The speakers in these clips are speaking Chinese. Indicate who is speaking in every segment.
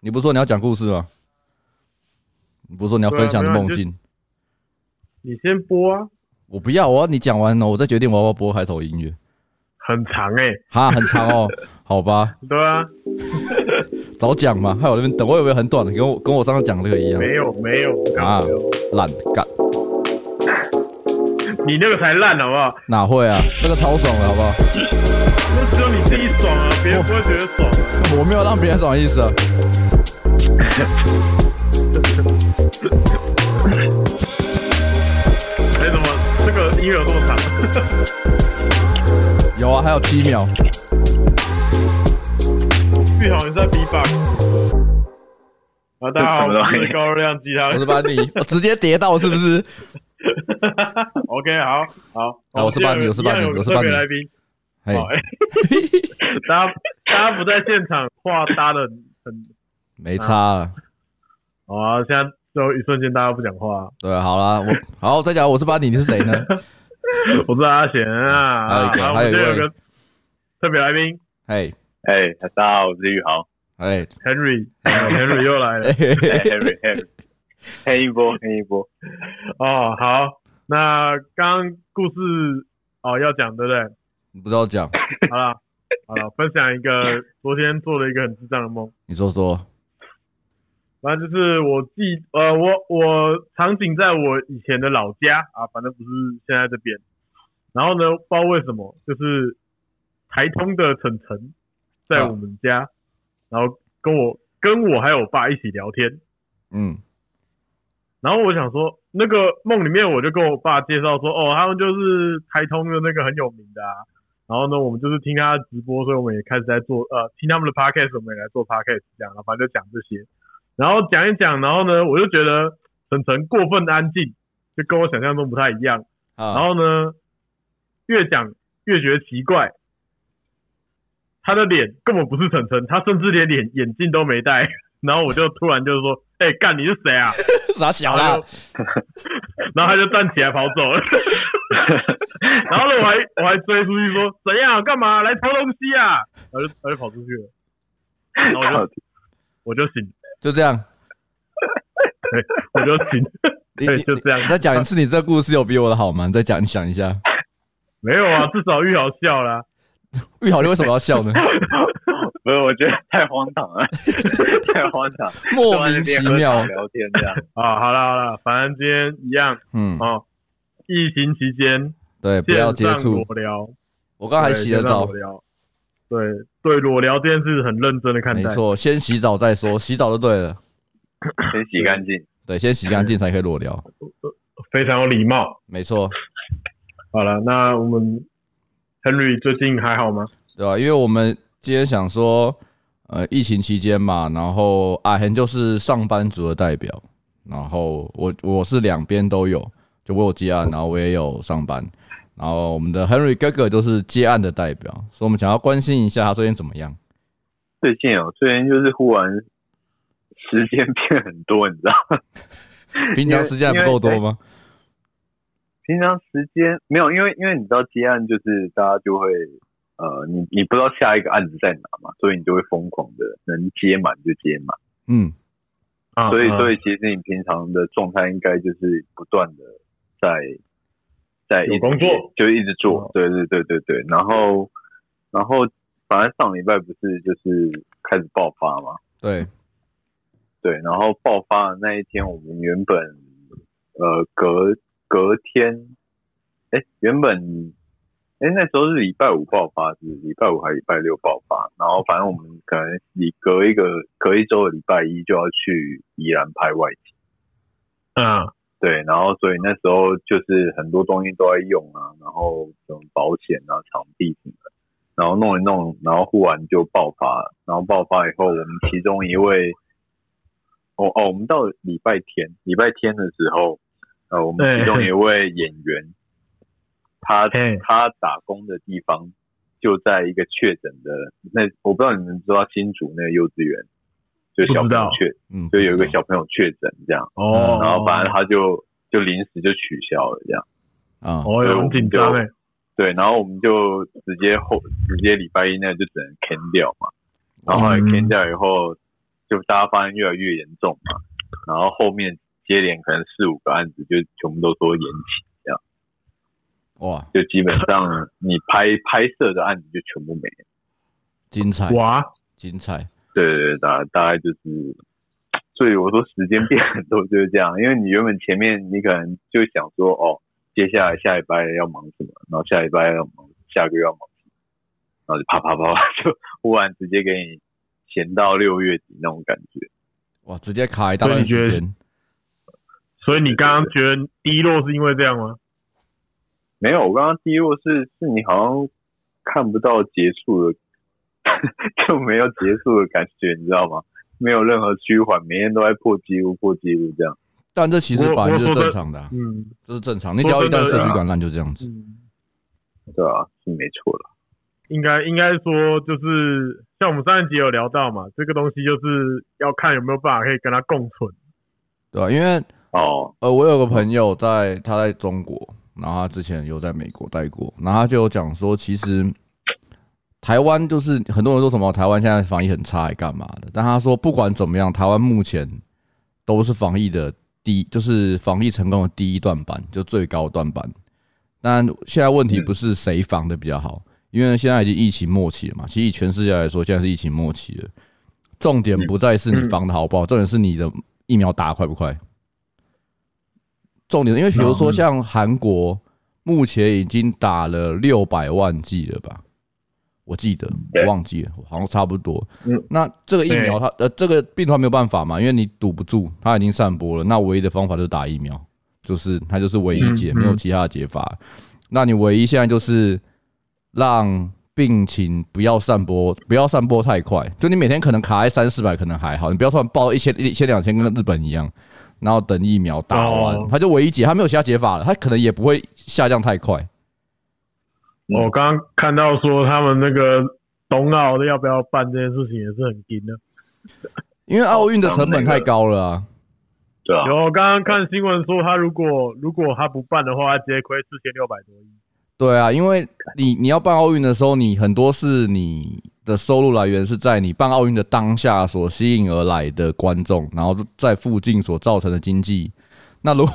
Speaker 1: 你不是说你要讲故事吗？你不是说你要分享你的梦境？
Speaker 2: 你先播啊，
Speaker 1: 我不要，我要你讲完了，我再决定我要不要播开头音乐。
Speaker 2: 很长哎、
Speaker 1: 哈，很长哦， 好吧，
Speaker 2: 对啊，
Speaker 1: 早讲嘛，害我那边等，我以为很短的，跟我跟我上次讲的那个一样
Speaker 2: 没有没有，
Speaker 1: 嗯啊，烂干
Speaker 2: 你那个才烂好不好？
Speaker 1: 哪会啊？那个超爽的好不好？
Speaker 2: 那只有你自己爽啊，别人不会觉得爽。
Speaker 1: 我没有让别人爽的意思啊。
Speaker 2: 哎、怎么这个音乐有这么长？
Speaker 1: 有啊，还有七秒，
Speaker 2: 玉好你在 B box。啊，大家好，我是高热量鸡汤
Speaker 1: 我。是班尼，我直接跌到是不是？
Speaker 2: OK，好好，
Speaker 1: 啊我是班尼我是班尼
Speaker 2: 我
Speaker 1: 我是班尼
Speaker 2: 来宾。
Speaker 1: 哎，
Speaker 2: 好，哎 大家大家不在现场，话搭的很
Speaker 1: 没差啊。
Speaker 2: 好啊。现在就一瞬间大家不讲话，
Speaker 1: 对，啊好啦，我好再讲，我是班尼，你是谁呢？
Speaker 2: 我是阿贤啊。
Speaker 1: 还有一个
Speaker 2: 啊
Speaker 1: 还有一
Speaker 2: 我们今天
Speaker 1: 位
Speaker 2: 有个特别来宾
Speaker 1: 嘿，
Speaker 3: 哎、大家好，我是玉豪，
Speaker 1: 哎，
Speaker 2: Henry，Henry 又来了
Speaker 1: 嘿。嘿
Speaker 3: 哎、
Speaker 1: 嘿
Speaker 3: Harry Harry，黑一波黑一波，
Speaker 2: 哦，好，那刚刚故事哦要讲对不对？
Speaker 1: 你不知道讲，
Speaker 2: 好了，好了，分享一个昨天做了一个很智障的梦，
Speaker 1: 你说说。
Speaker 2: 反正就是我记呃我我场景在我以前的老家啊，反正不是现在这边。然后呢，不知道为什么，就是台通的晨晨在我们家，然后跟我跟我还有我爸一起聊天，
Speaker 1: 嗯，
Speaker 2: 然后我想说，那个梦里面我就跟我爸介绍说，哦，他们就是台通的那个很有名的啊。然后呢，我们就是听他的直播，所以我们也开始在做呃听他们的 podcast，我们也来做 podcast 这样，然后反正就讲这些。然后讲一讲，然后呢，我就觉得晨晨过分安静，就跟我想象中不太一样。
Speaker 1: 啊，
Speaker 2: 然后呢，越讲越觉得奇怪，他的脸根本不是晨晨，他甚至连脸眼镜都没戴。 然后我就突然就说，哎、干你是谁啊？
Speaker 1: 傻小
Speaker 2: 然
Speaker 1: 啦
Speaker 2: 后，就然后他就站起来跑走了。 然后呢，我还我还追出去说怎样干嘛来偷东西啊？然后就他就跑出去了，然后我就我就醒，
Speaker 1: 就这样。
Speaker 2: 我就醒，
Speaker 1: 你
Speaker 2: 对，
Speaker 1: 你
Speaker 2: 就这样
Speaker 1: 你。再讲一次，你这个故事有比我的好吗？你再讲，你想 一下。
Speaker 2: 没有啊，至少玉瑶笑啦。
Speaker 1: 玉好，你为什么要 笑呢？
Speaker 3: 不是，我觉得太荒唐了， 太荒唐，
Speaker 1: 莫名其妙。
Speaker 3: 聊天这样，
Speaker 2: 啊，好啦好啦，反正今天一样
Speaker 1: 嗯，
Speaker 2: 哦。疫情期间
Speaker 1: 对，不要
Speaker 2: 线
Speaker 1: 接
Speaker 2: 上
Speaker 1: 触。
Speaker 2: 裸聊，
Speaker 1: 我刚才洗了
Speaker 2: 对线上
Speaker 1: 澡
Speaker 2: 裸，聊，对对，裸聊这件事很认真的看
Speaker 1: 没
Speaker 2: 待。
Speaker 1: 错，先洗澡再说，洗澡就对了。
Speaker 3: 先洗干净。
Speaker 1: 对，先洗干净才可以裸聊。
Speaker 2: 非常有礼貌。
Speaker 1: 没错，
Speaker 2: 好了，那我们 Henry 最近还好吗？
Speaker 1: 对吧、因为我们今天想说，呃，疫情期间嘛，然后阿恒就是上班族的代表，然后我我是两边都有，就我有接案，然后我也有上班，然后我们的 Henry 哥哥就是接案的代表，所以我们想要关心一下他最近怎么样。
Speaker 3: 最近哦，最近就是忽然时间变很多，你知道吗？
Speaker 1: 平常时间还不够多吗？
Speaker 3: 平常时间没有，因为因为你知道接案就是大家就会呃，你你不知道下一个案子在哪嘛，所以你就会疯狂的能接满就接满。
Speaker 1: 嗯，
Speaker 2: 啊
Speaker 3: 所以，所
Speaker 2: 以
Speaker 3: 以其实你平常的状态应该就是不断的在在一直
Speaker 2: 有工作
Speaker 3: 就一直
Speaker 2: 嗯，
Speaker 3: 做对对对对对。然后，然后反正上礼拜不是就是开始爆发嘛，
Speaker 1: 对，
Speaker 3: 对。然后爆发的那一天，我们原本呃隔隔天，哎，原本哎那时候是礼拜五爆发，是不是礼拜五还是礼拜六爆发？然后反正我们可能你隔一个隔一周的礼拜一就要去宜兰拍外景。
Speaker 2: 啊，
Speaker 3: 对，然后所以那时候就是很多东西都在用啊，然后什么保险啊、场地什么的，然后弄一弄，然后忽然就爆发了，然后爆发以后，我们其中一位，哦哦，我们到礼拜天，礼拜天的时候，呃，我们
Speaker 2: 对
Speaker 3: 其中一位演员，他
Speaker 2: 嘿
Speaker 3: 他打工的地方就在一个确诊的那，我不知道你们知道新竹那个幼稚园，就小
Speaker 2: 不
Speaker 3: 朋
Speaker 2: 知
Speaker 3: 友
Speaker 2: 道
Speaker 3: 确，
Speaker 1: 嗯，
Speaker 3: 就有一个小朋友确诊这样。
Speaker 2: 哦，
Speaker 3: 然后反正他就就临时就取消了这样。
Speaker 1: 啊，
Speaker 2: 哦，有很紧张哎，
Speaker 3: 对，然后我们就直接后直接礼拜一那就只能 can 掉嘛，然后后来
Speaker 2: 嗯
Speaker 3: can 掉以后，就大家发现越来越严重嘛，然后后面接连可能四五个案子就全部都说延期，
Speaker 1: 哇，
Speaker 3: 就基本上你拍拍摄的案子就全部没了。
Speaker 1: 精彩，
Speaker 2: 哇，
Speaker 1: 精彩，
Speaker 3: 对对对，大大概就是，所以我说时间变很多就是这样，因为你原本前面你可能就想说哦，接下来下礼拜要忙什么，然后下礼拜要忙，下个月要忙什么，然后就啪啪啪 啪就忽然直接给你闲到六月底那种感觉。
Speaker 1: 哇，直接卡一大
Speaker 2: 所以
Speaker 1: 段
Speaker 2: 你觉
Speaker 1: 时
Speaker 2: 得
Speaker 1: 间，
Speaker 2: 所以你刚刚觉得低落是因为这样吗？
Speaker 3: 没有，我刚刚第一步是是你好像看不到结束的， 就没有结束的感觉，你知道吗？没有任何趋缓，每天都在破纪录、破纪录这样。
Speaker 1: 但这其实本
Speaker 2: 我
Speaker 1: 来
Speaker 2: 我
Speaker 1: 就是
Speaker 2: 说真
Speaker 1: 正常的啊、
Speaker 2: 嗯
Speaker 1: 这是正常。你只要一旦
Speaker 2: 说真的啊
Speaker 1: 社区感染就这样子，
Speaker 2: 嗯，
Speaker 3: 对啊，是没错了。
Speaker 2: 应该应该说就是像我们上一集有聊到嘛，这个东西就是要看有没有办法可以跟它共存。
Speaker 1: 对吧、因为
Speaker 3: 哦，
Speaker 1: 呃，我有个朋友在他在中国，然后他之前有在美国待过，然后他就有讲说，其实台湾就是很多人说什么台湾现在防疫很差，还干嘛的？但他说不管怎么样，台湾目前都是防疫的第一，就是防疫成功的第一段班，就最高段班。但现在问题不是谁防的比较好，因为现在已经疫情末期了嘛。其实以全世界来说，现在是疫情末期了。重点不在是你防的好不好，重点是你的疫苗打得快不快。重点，因为比如说像韩国，目前已经打了六百万剂了吧？我记得，
Speaker 3: 对
Speaker 1: 我忘记了，好像差不多。
Speaker 2: 嗯
Speaker 1: 那这个疫苗它呃，这个病它没有办法嘛，因为你堵不住，它已经散播了。那唯一的方法就是打疫苗，就是它就是唯一解，
Speaker 2: 嗯嗯
Speaker 1: 没有其他的解法。那你唯一现在就是让病情不要散播，不要散播太快。就你每天可能卡在三四百，可能还好，你不要突然爆一千、一千、两千，跟日本一样。然后等疫苗打完，
Speaker 2: 哦
Speaker 1: 它就唯一解，它没有其他解法了，它可能也不会下降太快。
Speaker 3: 嗯
Speaker 2: 我哦刚刚看到说他们那个冬奥要不要办这件事情也是很紧的。
Speaker 1: 因为奥
Speaker 2: 哦
Speaker 1: 运的成本太高了啊，
Speaker 3: 对啊，
Speaker 2: 有，我刚刚看新闻说他如果如果他不办的话，他直接亏四千六百多亿。
Speaker 1: 对啊，因为你你要办奥运的时候，你很多是你的收入来源是在你办奥运的当下所吸引而来的观众，然后在附近所造成的经济。那如果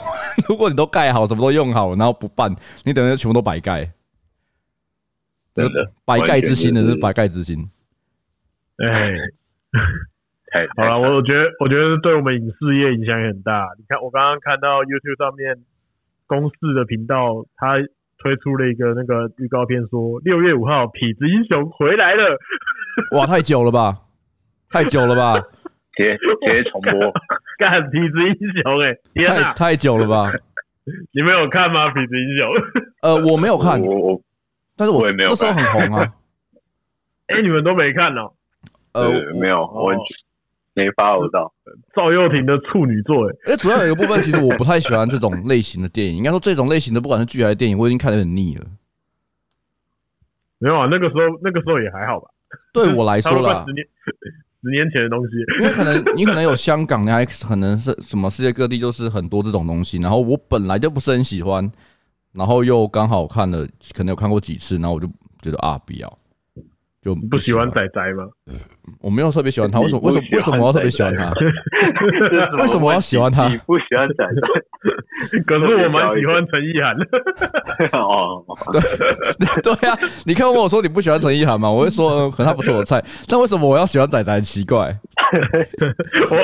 Speaker 1: 如果你都盖好，什么都用好，然后不办，你等于全部都白盖，
Speaker 3: 真的
Speaker 1: 白盖之心的
Speaker 3: 完全就是
Speaker 1: 是白盖之心。
Speaker 2: 哎，
Speaker 3: 太
Speaker 2: 好了，我我觉得我觉得对我们影视业影响也很大。你看，我刚刚看到 YouTube 上面公视的频道，他推出了一个那个预告片说六月五号痞子英雄回来了。
Speaker 1: 哇，太久了吧，太久了 吧，
Speaker 3: 直接直接重播，
Speaker 2: 干痞子英雄哎、天哪
Speaker 1: 太！太久了吧。
Speaker 2: 你们有看吗？痞子英雄？
Speaker 1: 呃，我没有看，
Speaker 3: 我我
Speaker 1: 但是我
Speaker 3: 我也没有
Speaker 1: 那时候很红啊。
Speaker 2: 哎、你们都没看哦、
Speaker 1: 呃，
Speaker 3: 对没有，我
Speaker 2: 哦
Speaker 3: 没发我到。
Speaker 2: 赵又廷的处女作哎、
Speaker 1: 因为主要有一个部分，其实我不太喜欢这种类型的电影。应该说，这种类型的不管是剧还是电影，我已经看得很腻了。
Speaker 2: 没有啊，那个时候那个时候也还好吧。
Speaker 1: 对我来说
Speaker 2: 差
Speaker 1: 啦
Speaker 2: 不多快十，年 十年前的东西。
Speaker 1: 因为可能你可能有香港，你还可能是什么世界各地，就是很多这种东西。然后我本来就不是很喜欢，然后又刚好看了，可能有看过几次，然后我就觉得啊，不要，就
Speaker 2: 不喜欢
Speaker 1: 他。
Speaker 2: 仔仔 吗？
Speaker 1: 我没有特别喜欢他，为什么？
Speaker 3: 你不
Speaker 1: 为什么？为什么我要特别喜欢他？ 为什么要喜欢他
Speaker 3: 你不喜欢仔仔？
Speaker 2: 可是我蛮喜欢陈意涵的。
Speaker 3: 哦，
Speaker 1: 对啊，你看我说你不喜欢陈意涵嘛，我会说，嗯，可能他不是我的菜。但为什么我要喜欢仔仔？很奇怪。
Speaker 2: 我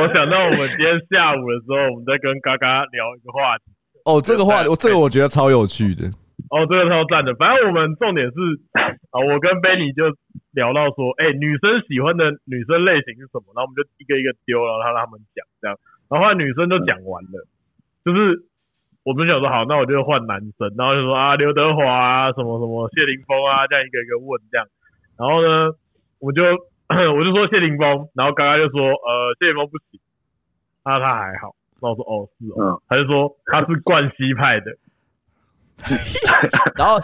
Speaker 2: 我想到我们今天下午的时候，我们在跟嘎嘎聊一个话题。
Speaker 1: 哦，这个话，我这个我觉得超有趣的。
Speaker 2: 哦，这个超赞的。反正我们重点是啊，我跟 Benny 就聊到说，哎、女生喜欢的女生类型是什么？然后我们就一个一个丢，然后让他们讲这样。然后后来女生都
Speaker 1: 嗯
Speaker 2: 讲完了，就是我们想说好，那我就换男生，然后就说啊刘德华啊什么什么谢霆锋啊这样一个一个问这样。然后呢，我就我就说谢霆锋，然后刚刚就说呃谢霆锋不行，啊他还好。那我说哦是哦，
Speaker 3: 嗯，
Speaker 2: 他就说他是冠希派的，
Speaker 1: 然后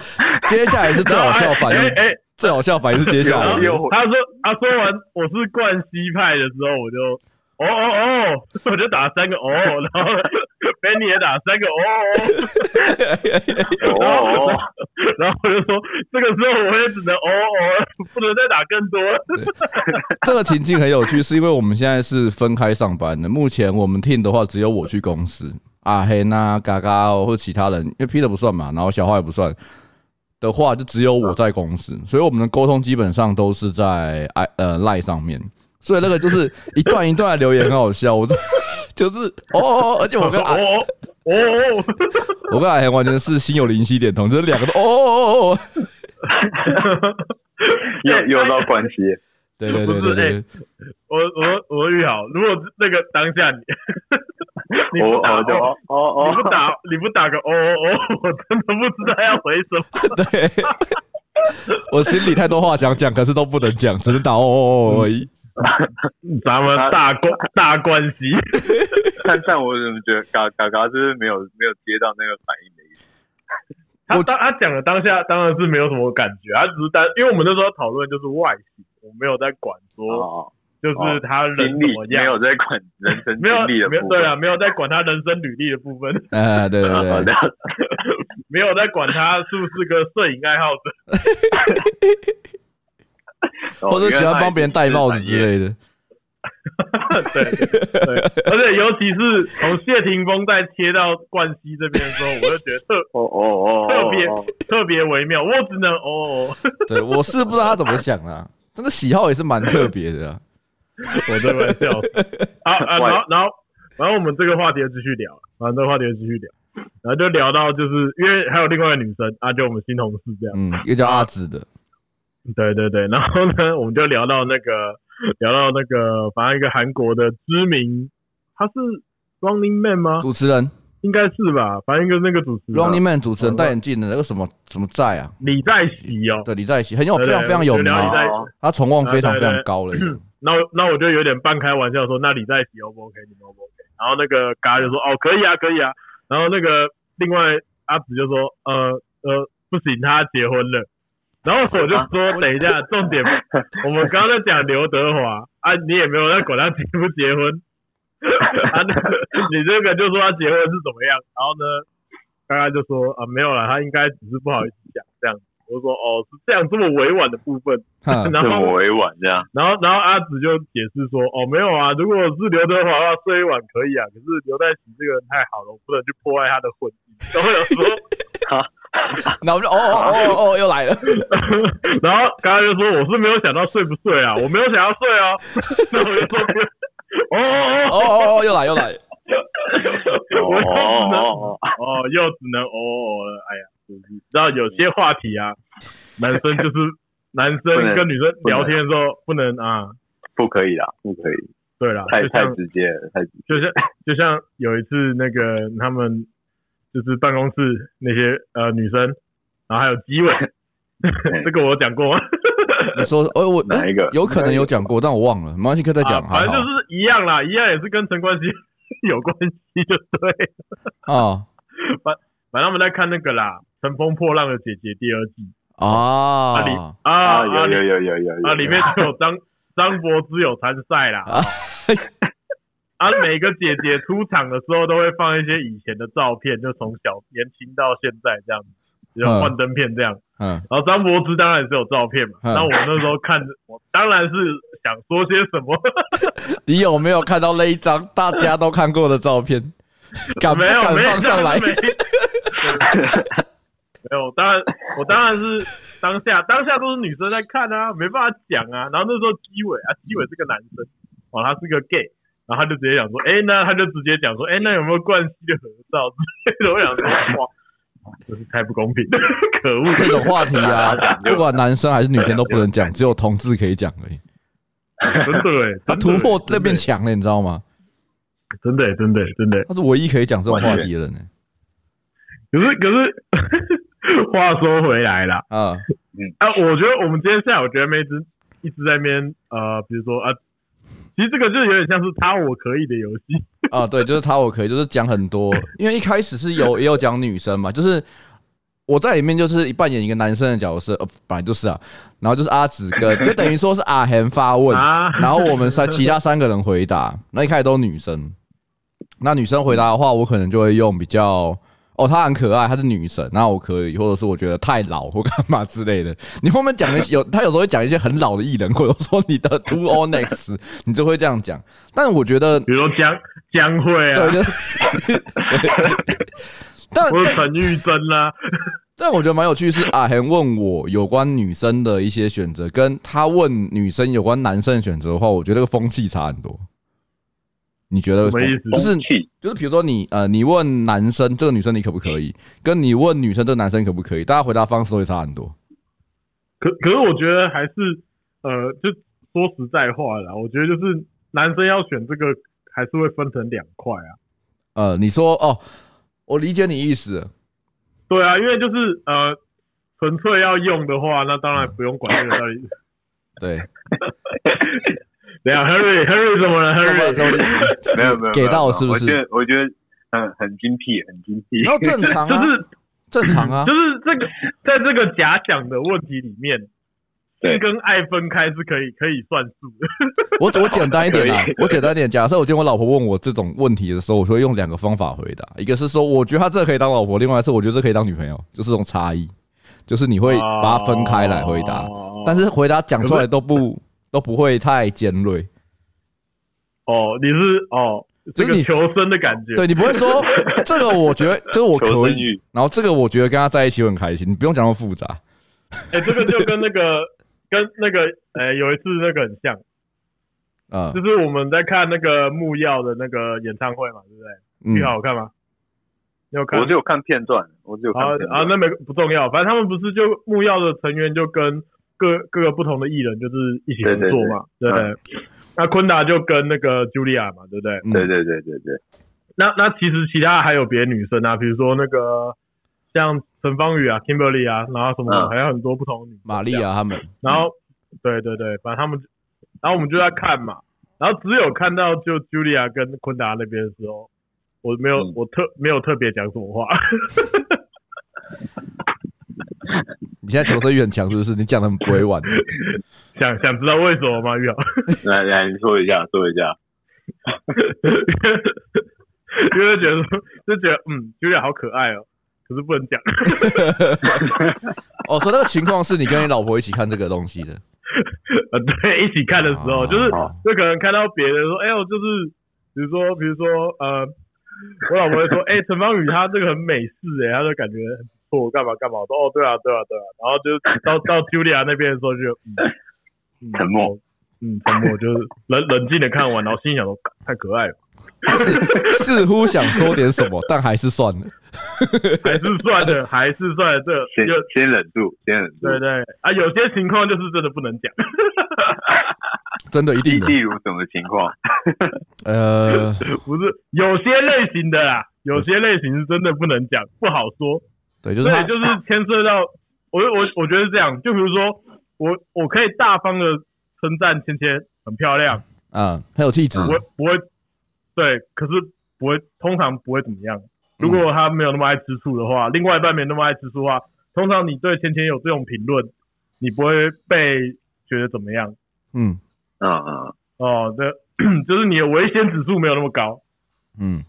Speaker 1: 接下来是最好笑反
Speaker 2: 哎
Speaker 1: 应
Speaker 2: 哎，哎
Speaker 1: 最好笑反应是接下
Speaker 2: 然
Speaker 1: 来
Speaker 2: 后
Speaker 3: 有有
Speaker 2: 他说他说完我是 冠希派的时候，我就哦哦哦，我就打三个哦，然后，Benny 也打三个哦，
Speaker 3: 哦，
Speaker 2: 然后我就说这个时候我也只能哦哦，不能再打更多了。
Speaker 1: 这个情境很有趣，是因为我们现在是分开上班的。目前我们 team 的话，只有我去公司，阿黑呐、嘎嘎哦或其他人，因为 Peter 不算嘛，然后小花也不算的话，就只有我在公司，所以我们的沟通基本上都是在 i 呃 line 上面，所以那个就是一段一段的 留言很好笑，我这就是哦哦，哦而且我
Speaker 2: 我
Speaker 1: 跟
Speaker 2: 说
Speaker 3: 啊
Speaker 1: 阿
Speaker 2: 哦哦哦哦，
Speaker 1: 我跟阿黑完全是心有灵犀一点通，就是两个都哦哦哦哦，
Speaker 2: 哦
Speaker 3: 又又到关系，
Speaker 1: 对对
Speaker 3: 哎
Speaker 1: 对对对，
Speaker 2: 我我我说玉好，如果如果那个当下你你
Speaker 3: 我
Speaker 2: 不打
Speaker 3: 哦就哦哦
Speaker 2: 你不打你不打个哦哦哦，我真的不知道要回 什么。
Speaker 1: 对，我心里太多话想讲，可是都不能讲，只能打哦哦哦而 已。
Speaker 2: 咱们大关大关系，
Speaker 3: 但但我怎么觉得嘎嘎嘎就是没有没有接到那个反应的意思？
Speaker 2: 他
Speaker 1: 我
Speaker 2: 当他讲的当下当然是没有什么感觉，他只是单，因为我们那时候讨论就是外形，我没有在管说
Speaker 3: 哦，
Speaker 2: 就是他人
Speaker 3: 经
Speaker 2: 怎
Speaker 3: 历
Speaker 2: 么
Speaker 3: 没
Speaker 2: 样，
Speaker 3: 有在管人生
Speaker 2: 没有
Speaker 3: 经历的
Speaker 2: 没有
Speaker 3: 部分
Speaker 2: 对，
Speaker 3: 啊
Speaker 2: 啊，没有在管他人生履历的部分，
Speaker 1: 哎，对对对
Speaker 3: 好的
Speaker 1: 对，，
Speaker 2: 没有在管他是不是个摄影爱好者，
Speaker 3: 哦
Speaker 1: 或者喜欢帮别人戴帽子之类
Speaker 3: 类。
Speaker 1: 的。
Speaker 2: 对对，而且尤其是从谢霆锋在切到冠希这边的时候，我就觉得特
Speaker 3: 哦哦哦，
Speaker 2: 特别特别微妙，我只能哦哦，
Speaker 1: 对，我是不知道他怎么想啦、这个喜好也是蛮特别的、 啊。
Speaker 2: 我真玩笑。 好啊， 然后然后然后我们这个话题就继续聊，然后这个话题就继续聊，然后就聊到就是因为还有另外一个女生啊，就我们新同事这样，
Speaker 1: 嗯，一个叫阿紫的，
Speaker 2: 对对对，然后呢，我们就聊到那个聊到那个，反正一个韩国的知名，他是 Running Man 吗？
Speaker 1: 主持人
Speaker 2: 应该是吧，反正一个那个主持人啊
Speaker 1: Running Man 主持人戴眼镜的那个什么什么在啊？
Speaker 2: 李在熙哦，
Speaker 1: 对，李在熙很有
Speaker 2: 对
Speaker 1: 非
Speaker 2: 对
Speaker 1: 常非常有
Speaker 2: 我
Speaker 1: 名啊
Speaker 2: 就，了解
Speaker 3: 哦
Speaker 1: 他崇望非常
Speaker 2: 对
Speaker 1: 非
Speaker 2: 对
Speaker 1: 常高了已经。
Speaker 2: 那我那我就有点半开玩笑说，那李在熙 O 不 OK，你们 O 不 OK？然后那个嘎就说，哦，可以啊，可以啊。然后那个另外阿紫就说，呃呃，不行，他结婚了。然后我就说，等一下，重点，我们刚刚在讲刘德华啊，你也没有在管他结不结婚。啊，那个你这个就说他结婚是怎么样？然后呢，刚刚就说啊，没有啦，他应该只是不好意思讲这样子。我就说哦，是这样这么委婉的部分。
Speaker 1: 哼，
Speaker 2: 然
Speaker 3: 这
Speaker 2: 后
Speaker 3: 么委婉这样，
Speaker 2: 然后，然后阿紫就解释说：“哦，没有啊，如果是刘德华的话，睡一晚可以啊，可是刘在熙这个人太好了，我不能去破坏他的婚姻。” 然后有说，
Speaker 1: 那我们就哦哦哦哦又来了，
Speaker 2: 然后刚刚就说：“我是没有想到睡不睡啊，我 没有想要睡哦。”那我就说：“ 哦哦
Speaker 1: 哦哦哦又来又来，
Speaker 2: 哦， 我又只能
Speaker 3: 哦哦
Speaker 2: 哦，又只能哦哦了。哎呀，你知道有些话题啊，男生就是男生跟女生聊天的时候不能啊，
Speaker 3: 不可以啦，不可以，
Speaker 2: 对啦，
Speaker 3: 太
Speaker 2: 就
Speaker 3: 太
Speaker 2: 像
Speaker 3: 直接了，太直接。
Speaker 2: 就像 就像有一次那个他们就是办公室那些呃女生，然后还有机尾，这个我讲过吗？
Speaker 1: 你说哦我
Speaker 3: 哪一个
Speaker 1: 有可能有讲过，但我忘了，没关系，可以再讲。
Speaker 2: 啊
Speaker 1: 还
Speaker 2: 反正
Speaker 1: 好
Speaker 2: 就是一样啦，一样也是跟陈冠希 有关系，就对。
Speaker 1: 啊
Speaker 2: 反正他们在看那个啦，《乘风破浪的姐姐》第二季啊里
Speaker 1: 啊，
Speaker 2: 啊
Speaker 3: 啊，有
Speaker 2: 啊里
Speaker 3: 有有有有
Speaker 2: 啊里面就有张张柏芝有参赛啦。
Speaker 1: 啊
Speaker 2: 啊，每个姐姐出场的时候都会放一些以前的照片，就从小年轻到现在这样子，就
Speaker 1: 嗯
Speaker 2: 幻灯片这样。
Speaker 1: 嗯
Speaker 2: 然后张柏芝当然是有照片嘛，
Speaker 1: 嗯
Speaker 2: 那我那时候看着，我当然是想说些什么，
Speaker 1: 你有没有看到那一张大家都看过的照 片？敢啊不
Speaker 2: 没有
Speaker 1: 敢
Speaker 2: 没有
Speaker 1: 放上来
Speaker 2: 当？然是没没有，当然我当然是当下当下都是女生在看啊，没办法讲啊。然后那时候基伟啊，基伟是个男生，哦，他是个 gay，然后他就直接讲说，哎、那他就直接讲说，哎、那有没有冠希的合照之类的？我 想说，哇，真是太不公平， 可恶！
Speaker 1: 这种话题 啊，不管男生还是女生都不能讲，只有同志可以讲而已。
Speaker 2: 真的哎，
Speaker 1: 他
Speaker 2: 真的
Speaker 1: 啊突破那面
Speaker 2: 真的
Speaker 1: 墙了，你知道吗？
Speaker 2: 真的欸真的真的。
Speaker 1: 他是唯一可以讲这种话题的人呢。
Speaker 2: 可是可是， 话说回来啦，
Speaker 1: 啊，
Speaker 2: 啊，我觉得我们今天下午觉得妹子一直在那边呃，比如说啊，其实这个就有点像是他我可以的游戏，
Speaker 1: 啊，对，就是他，我可以，就是讲很多，因为一开始是 有也有讲女生嘛，就是我在里面就是扮演一个男生的角色，呃，本来就是啊，然后就是阿紫跟，就等于说是阿恒发问
Speaker 2: 啊，
Speaker 1: 然后我们三其他三个人回答，那一开始都是女生，那女生回答的话，我可能就会用比较哦，她很可爱，她是女神，那我可以，或者是我觉得太老或干嘛之类的。你后面讲的有，她有时候会讲一些很老的艺人，或者说你的 Two o Next，你就会这样讲。但我觉得，
Speaker 2: 比如说江江蕙
Speaker 1: 对，
Speaker 2: 啊，
Speaker 1: 就是 但
Speaker 2: 或者陈玉珍啊啦、
Speaker 1: 但我觉得蛮有趣是，阿恒问我有关女生的一些选择，跟他问女生有关男生的选择的话，我觉得这个风气差很多。你觉得
Speaker 2: 什么意思
Speaker 1: 就是
Speaker 3: 空气
Speaker 1: 就是比如说你呃，你问男生这个女生你可不可以，跟你问女生这个男生可不可以，大家回答方式会差很多。
Speaker 2: 可可是我觉得还是呃，就说实在话啦，我觉得就是男生要选这个还是会分成两块啊。
Speaker 1: 呃，你说哦，我理解你意思了，
Speaker 2: 对啊，因为就是呃，纯粹要用的话，那当然不用管这个到 底。
Speaker 1: 对，
Speaker 2: 等一下，Henry Henry 怎么了
Speaker 1: 这么这么
Speaker 2: ？Henry
Speaker 3: 没有没有
Speaker 1: 给到
Speaker 3: 没有
Speaker 1: 是不是
Speaker 3: 我觉得我觉得嗯很精辟，很精辟。
Speaker 1: 然后正常
Speaker 2: 就
Speaker 1: 啊，
Speaker 2: 是
Speaker 1: 正常啊
Speaker 2: 就，是这个在这个假想的问题里面，
Speaker 3: 对
Speaker 2: 性跟爱分开是可以可以算数的。
Speaker 1: 我我简单一点啦
Speaker 3: 可以，
Speaker 1: 我简单一点。假设我今天我老婆问我这种问题的时候，我就会用两个方法回答，一个是说我觉得她这可以当老婆，另外是我觉得这可以当女朋友，就是这种差异，就是你会把它分开来回答，
Speaker 2: 哦
Speaker 1: 但是回答讲出来都不都不会太尖锐，
Speaker 2: 哦，你是哦，
Speaker 1: 就
Speaker 2: 这
Speaker 1: 是
Speaker 2: 个
Speaker 1: 你
Speaker 2: 求生的感觉。
Speaker 1: 对你不会说这个我觉得这个我
Speaker 3: 求
Speaker 1: 可
Speaker 3: 生
Speaker 1: 以
Speaker 3: 欲，
Speaker 1: 然后这个我觉得跟她在一起我很开心，你不用讲那么复杂。
Speaker 2: 哎、这个就跟那个 跟那个呃，有一次那个很像，
Speaker 1: 呃
Speaker 2: 就是我们在看那个木曜的那个演唱会嘛，对不对？
Speaker 1: 嗯
Speaker 2: 剧、好好看吗？你有看？
Speaker 3: 我只有看片段，我只有看
Speaker 2: 啊
Speaker 3: 片
Speaker 2: 啊，
Speaker 3: 段。
Speaker 2: 那没不重要，反正他们不是就木曜的成员就跟各各个不同的艺人就是一起合作嘛，对不对？
Speaker 3: 对对对嗯
Speaker 2: 那昆达就跟那个 Julia 嘛，对不对？
Speaker 1: 嗯
Speaker 3: 对对对对对，
Speaker 2: 那那其实其他还有别的女生啊，比如说那个像陈芳宇啊、Kimberly 啊，然后什么的、
Speaker 3: 嗯
Speaker 2: 还有很多不同的女生
Speaker 1: 玛丽亚他们，
Speaker 2: 然后，对对对，反正他们就，然后我们就在看嘛，然后只有看到就 Julia 跟昆达那边的时候，我没有、
Speaker 3: 嗯
Speaker 2: 我特没有特别讲什么话，
Speaker 1: 你现在求生欲很强是不是？你讲的很委 婉，
Speaker 2: 想想知道为什么吗？玉豪，
Speaker 3: 来来，你说一下，说一下。
Speaker 2: 因为觉得说就觉得嗯，Julia 好可爱哦，可是不能讲，
Speaker 1: 哦，所以那个情况是你跟你老婆一起看这个东西的。
Speaker 2: 呃，对，一起看的时
Speaker 3: 哦
Speaker 2: 候，就是
Speaker 1: 哦
Speaker 3: 好
Speaker 2: 就可能看到别人说，哎、呦，就是比如说比如说呃，我老婆会说，哎、陈芳宇她这个很美式哎、她就感觉很不错，干嘛干嘛，我说哦对啊对啊对啊，然后就是到到 Julia 那边的时候就嗯
Speaker 3: 沉默，
Speaker 2: 嗯嗯沉默，就是冷 冷静的看完，然后心里想说干太可爱了，
Speaker 1: 似似乎想说点什么，但还是算了。
Speaker 2: 还是算了还是算了，这
Speaker 3: 先
Speaker 2: 就
Speaker 3: 先忍住，先忍住。
Speaker 2: 对对啊，有些情况就是真的不能讲，
Speaker 1: 真的一定
Speaker 3: 例
Speaker 1: 的。
Speaker 3: 例如什么情况？
Speaker 1: 呃，
Speaker 2: 不是有些类型的啦，有些类型是真的不能讲，不好说。
Speaker 1: 对，就是
Speaker 2: 对，
Speaker 1: 他，
Speaker 2: 就是牵涉到我我我觉得是这样，就比如说我我可以大方的称赞芊芊很漂亮，
Speaker 1: 嗯，很有气质。
Speaker 2: 不会不会，对，可是不会，通常不会怎么样。如果他没有那么爱吃醋的话，另外一半没那么爱吃醋的话，通常你对芊芊有这种评论，你不会被觉得怎么样
Speaker 1: 嗯
Speaker 3: 嗯嗯。
Speaker 2: 哦对， 就是你的危险指数没有那么高。
Speaker 1: 嗯，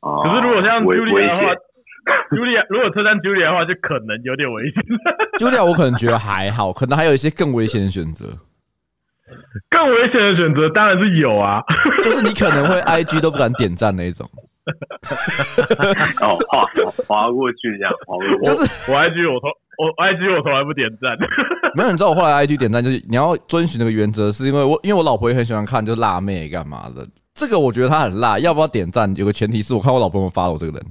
Speaker 3: 哦
Speaker 2: 可是如果像
Speaker 3: 危
Speaker 2: Julia
Speaker 3: 危
Speaker 2: 的话
Speaker 3: 险，
Speaker 2: ，Julia 如果称赞 Julia 的话，就可能有点危险。
Speaker 1: 就这样，我可能觉得还好，可能还有一些更危险的选择，
Speaker 2: 更危险的选择当然是有啊。
Speaker 1: 就是你可能会 I G 都不敢点赞那一种，
Speaker 3: 哦，划划过去这样，划过去。
Speaker 1: 就是
Speaker 2: 我 IG 我从我 IG 我从来不点赞，
Speaker 1: 没有。你知道我后来 I G 点赞，就是你要遵循那个原则，是因为我因为我老婆也很喜欢看，就是辣妹干嘛的。这个我觉得她很辣，要不要点赞？有个前提是我看我老婆有没有 follow 这个人，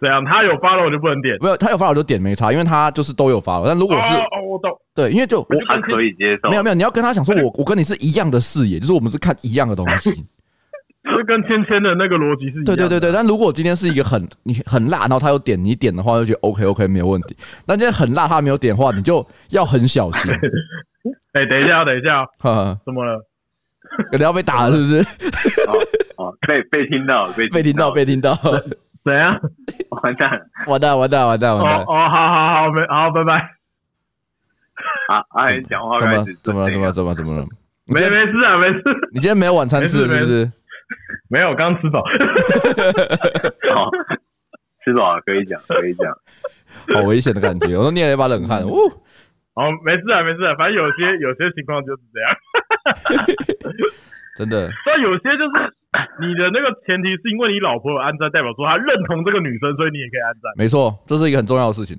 Speaker 2: 怎样？他有 follow 我就不能点。
Speaker 1: 没有她有 follow 我就点没差，因为她就是都有 follow。但如果是
Speaker 2: 哦哦，我懂。
Speaker 1: 对，因为就我
Speaker 3: 他可以接受。
Speaker 1: 没有没有，你要跟她讲说，我我跟你是一样的视野，就是我们是看一样的东西。
Speaker 2: 这跟芊芊的那个逻辑是一样
Speaker 1: 对
Speaker 2: 的。
Speaker 1: 对对对，但如果今天是一个很你很辣，然后他有点你点的话，就觉得 OK OK 没有问题。那今天很辣他没有点的话，你就要很小心，
Speaker 2: 哎、等一下，等一下，
Speaker 1: 呵呵
Speaker 2: 怎么了？
Speaker 1: 你要被打了是不是？
Speaker 3: 哦，被被听到，被
Speaker 1: 被听到被听到，
Speaker 2: 怎样？
Speaker 3: 完蛋了。
Speaker 1: 完蛋完蛋完蛋
Speaker 2: 哦
Speaker 1: 完蛋！
Speaker 2: 哦，好好好，没好，拜拜。
Speaker 3: 啊，阿仁讲话
Speaker 1: 怎
Speaker 3: 开
Speaker 1: 么
Speaker 3: 始
Speaker 1: 怎么了怎么了
Speaker 3: 了？
Speaker 1: 怎么了怎么了？你
Speaker 2: 没
Speaker 1: 今天
Speaker 2: 没事啊，没事。
Speaker 1: 你今天没有晚餐吃了是不是？
Speaker 2: 没有，刚吃饱。
Speaker 3: 好，吃饱了可以讲，可以讲。
Speaker 1: 好危险的感觉，我都捏了一把冷汗。哦，
Speaker 2: 哦，没事啊，没事啊，反正有些有些情况就是这样。
Speaker 1: 真的，
Speaker 2: 但有些就是 你的那个前提是因为你老婆有安赞，代表说她认同这个女生，所以你也可以安赞。
Speaker 1: 没错，这是一个很重要的事情。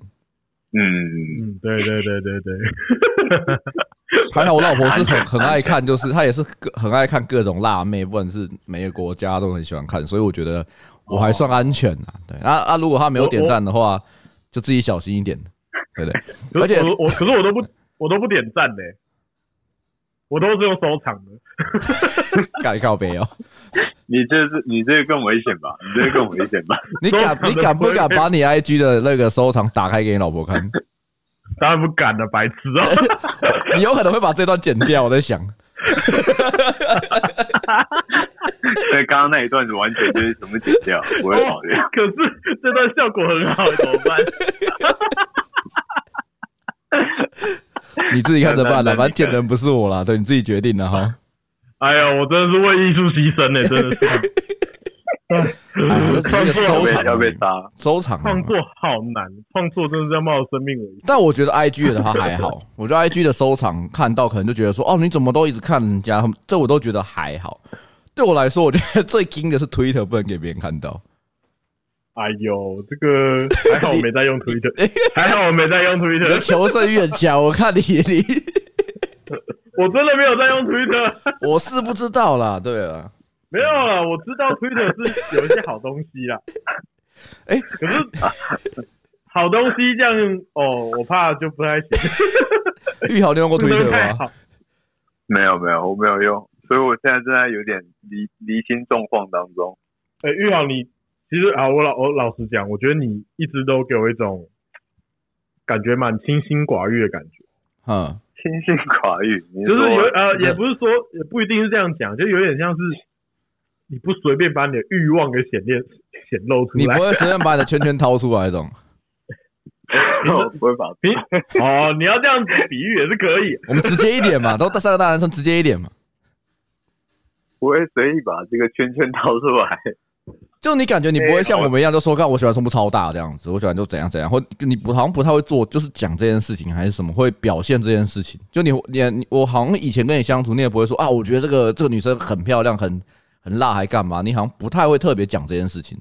Speaker 3: 嗯，
Speaker 2: 嗯，对对对对对，
Speaker 1: 还好我老婆是很很爱看，就是她也是各很爱看各种辣妹，不管是每个国家都很喜欢看，所以我觉得我还算安全啊。对，啊啊，如果她没有点赞的话，就自己小心一点，对 不对？
Speaker 2: 可
Speaker 1: 而且
Speaker 2: 是我我可是我都不我都不点赞呢、我都是用收藏的。
Speaker 1: 敢靠背哦，
Speaker 3: 你这是你这个更危险吧？你这个更危险吧？
Speaker 1: 你敢你敢不敢把你 IG 的那个收藏打开给你老婆看？
Speaker 2: 当然不敢了，白痴哦、
Speaker 1: 你有可能会把这段剪掉，我在想。
Speaker 3: 所以刚刚那一段子完全就是怎么剪掉，我会考虑。
Speaker 2: 可是这段效果很好、怎么 办？
Speaker 1: 你自己看着办啦，反正见人不是我啦，对，你自己决定了哈。
Speaker 2: 哎呀，我真的是为艺术牺牲呢、真的是。
Speaker 1: 哎呀，这只是一 个收
Speaker 3: 被
Speaker 1: 藏
Speaker 3: 要
Speaker 1: 而
Speaker 3: 被
Speaker 1: 已，
Speaker 3: 杀，
Speaker 1: 收藏啊而已
Speaker 2: 创作好难，创作真的是要冒着生命危险。
Speaker 1: 但我觉得 I G 的他还好， 我觉得 I G 的收藏看到可能就觉得说，哦，你怎么都一直看人家，这我都觉得还好。对我来说，我觉得最惊的是 Twitter 不能给别人看 到。
Speaker 2: 哎呦，这个还好我没在用 Twitter，还好我没在用
Speaker 1: 你的
Speaker 2: Twitter，
Speaker 1: 求胜欲很强，我看你你，
Speaker 2: 我真的没有在用 Twitter，
Speaker 1: 我是不知道啦。对啊了，
Speaker 2: 没有啦，我知道 Twitter 是有一些好东 西啦。
Speaker 1: 哎
Speaker 2: 可是好东西这样哦，我怕就不太行，
Speaker 1: 玉豪，你用过
Speaker 2: 不能
Speaker 1: Twitter
Speaker 2: 太
Speaker 1: 吗？
Speaker 2: 好。
Speaker 3: 没有没有，我没有用，所以我现在正在有点离离心状况当中。
Speaker 2: 哎、玉豪，你其实啊，我老我老实讲，我觉得你一直都给我一种感觉蛮清心寡欲的感觉，
Speaker 1: 嗯，
Speaker 3: 清心寡欲，你
Speaker 2: 就是
Speaker 3: 说
Speaker 2: 有呃，
Speaker 1: 对
Speaker 2: 也不是说也不一定是这样讲，就有点像是你不随便把你的欲望给显现显露出
Speaker 1: 你不
Speaker 2: 来。
Speaker 1: 会随便把你的圈圈掏出来那种。
Speaker 3: 我 不会把
Speaker 2: 你哦，你要这样子比喻也是可以，
Speaker 1: 我们直接一点嘛，都三个大男生直接一点嘛。
Speaker 3: 不会随意把这个圈圈掏出来。
Speaker 1: 就你感觉你不会像我们一样，就说看我喜欢胸部超大这样子，我喜欢就怎样怎样，或你不好像不太会做，就是讲这件事情还是什么，会表现这件事情。就你你你我好像以前跟你相处，你也不会说啊，我觉得这个这个女生很漂亮，很很辣，还干嘛？你好像不太会特别讲这件事情，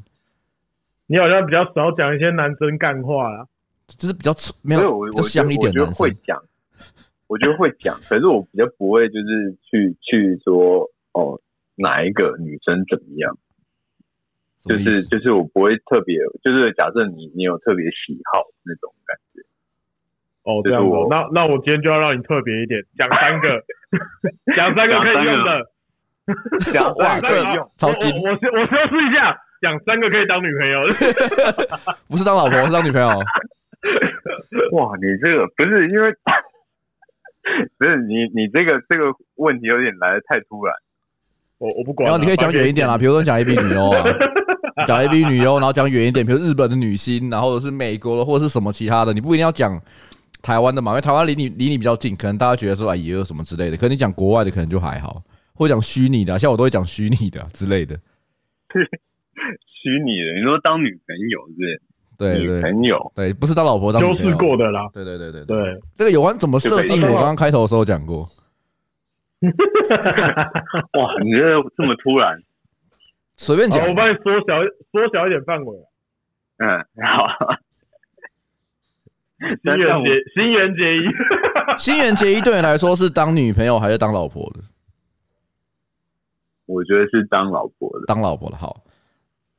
Speaker 2: 你好像比较少讲一些男生干话啦。
Speaker 1: 就是比较粗没
Speaker 3: 所以
Speaker 1: 有
Speaker 3: 我
Speaker 1: 比
Speaker 3: 我
Speaker 1: 较
Speaker 3: 觉得
Speaker 1: 香一点
Speaker 3: 我
Speaker 1: 的
Speaker 3: 觉得
Speaker 1: 男
Speaker 3: 会
Speaker 1: 生。
Speaker 3: 讲，我觉得会讲，可是我比较不会就是去去说哦哪一个女生怎么样，
Speaker 1: 什
Speaker 3: 就
Speaker 1: 么意
Speaker 3: 是
Speaker 1: 思？
Speaker 3: 就是我不会特别，就是假设你你有特别喜好那种感觉，
Speaker 2: 哦，
Speaker 3: 就
Speaker 2: 这
Speaker 3: 是
Speaker 2: 样子哦
Speaker 3: 我，
Speaker 2: 那那我今天就要让你特别一点，讲三 个，讲三个可以用的。
Speaker 3: 讲
Speaker 1: 哇，
Speaker 2: 这
Speaker 1: 这
Speaker 2: 个
Speaker 1: 超
Speaker 2: 我
Speaker 1: 级
Speaker 2: 我我修我修饰一下，讲三个可以当女 朋友。
Speaker 1: 不是当老婆，是当女朋友。
Speaker 3: 哇，你这个不是因为 不是你你这个这个问题有点来的太突然，
Speaker 2: 我我不管啊
Speaker 1: 然
Speaker 2: 了。
Speaker 1: 后你可以讲远一点啦，比如说讲 A B 女优啊， 讲 A B 女优，然后讲远一点，比如日本的女星，然后或者是美国的，或者是什么其他的，你不一定要讲台湾的嘛，因为台湾离你离你比较近，可能大家觉得说哎也有什么之类的，可能你讲国外的可能就还好，或者讲虚拟的啊、像我都会讲虚拟的啊、之类的，
Speaker 3: 虚拟的，你说当女朋友是不是
Speaker 1: 对
Speaker 3: 女
Speaker 1: 对
Speaker 3: 朋友，
Speaker 1: 对，不是当老婆当
Speaker 2: 修
Speaker 1: 女朋
Speaker 2: 饰过
Speaker 1: 友。啊
Speaker 2: 的啦。
Speaker 1: 对对对对对，
Speaker 2: 对，
Speaker 1: 这个有关怎么设定，
Speaker 3: 就可
Speaker 1: 我
Speaker 3: 以
Speaker 1: 刚刚开头的时候讲过。
Speaker 3: 哇，你这个这么突然，
Speaker 1: 随便讲
Speaker 2: 哦好，，我帮你缩小缩小一点范围。
Speaker 3: 嗯，好，
Speaker 2: 新
Speaker 3: 但但
Speaker 2: 元
Speaker 3: 我
Speaker 2: 结新元结衣，
Speaker 1: 新垣结衣对你来说是当女朋友还是当老婆的？
Speaker 3: 我觉得是当老婆的。
Speaker 1: 当老婆的好，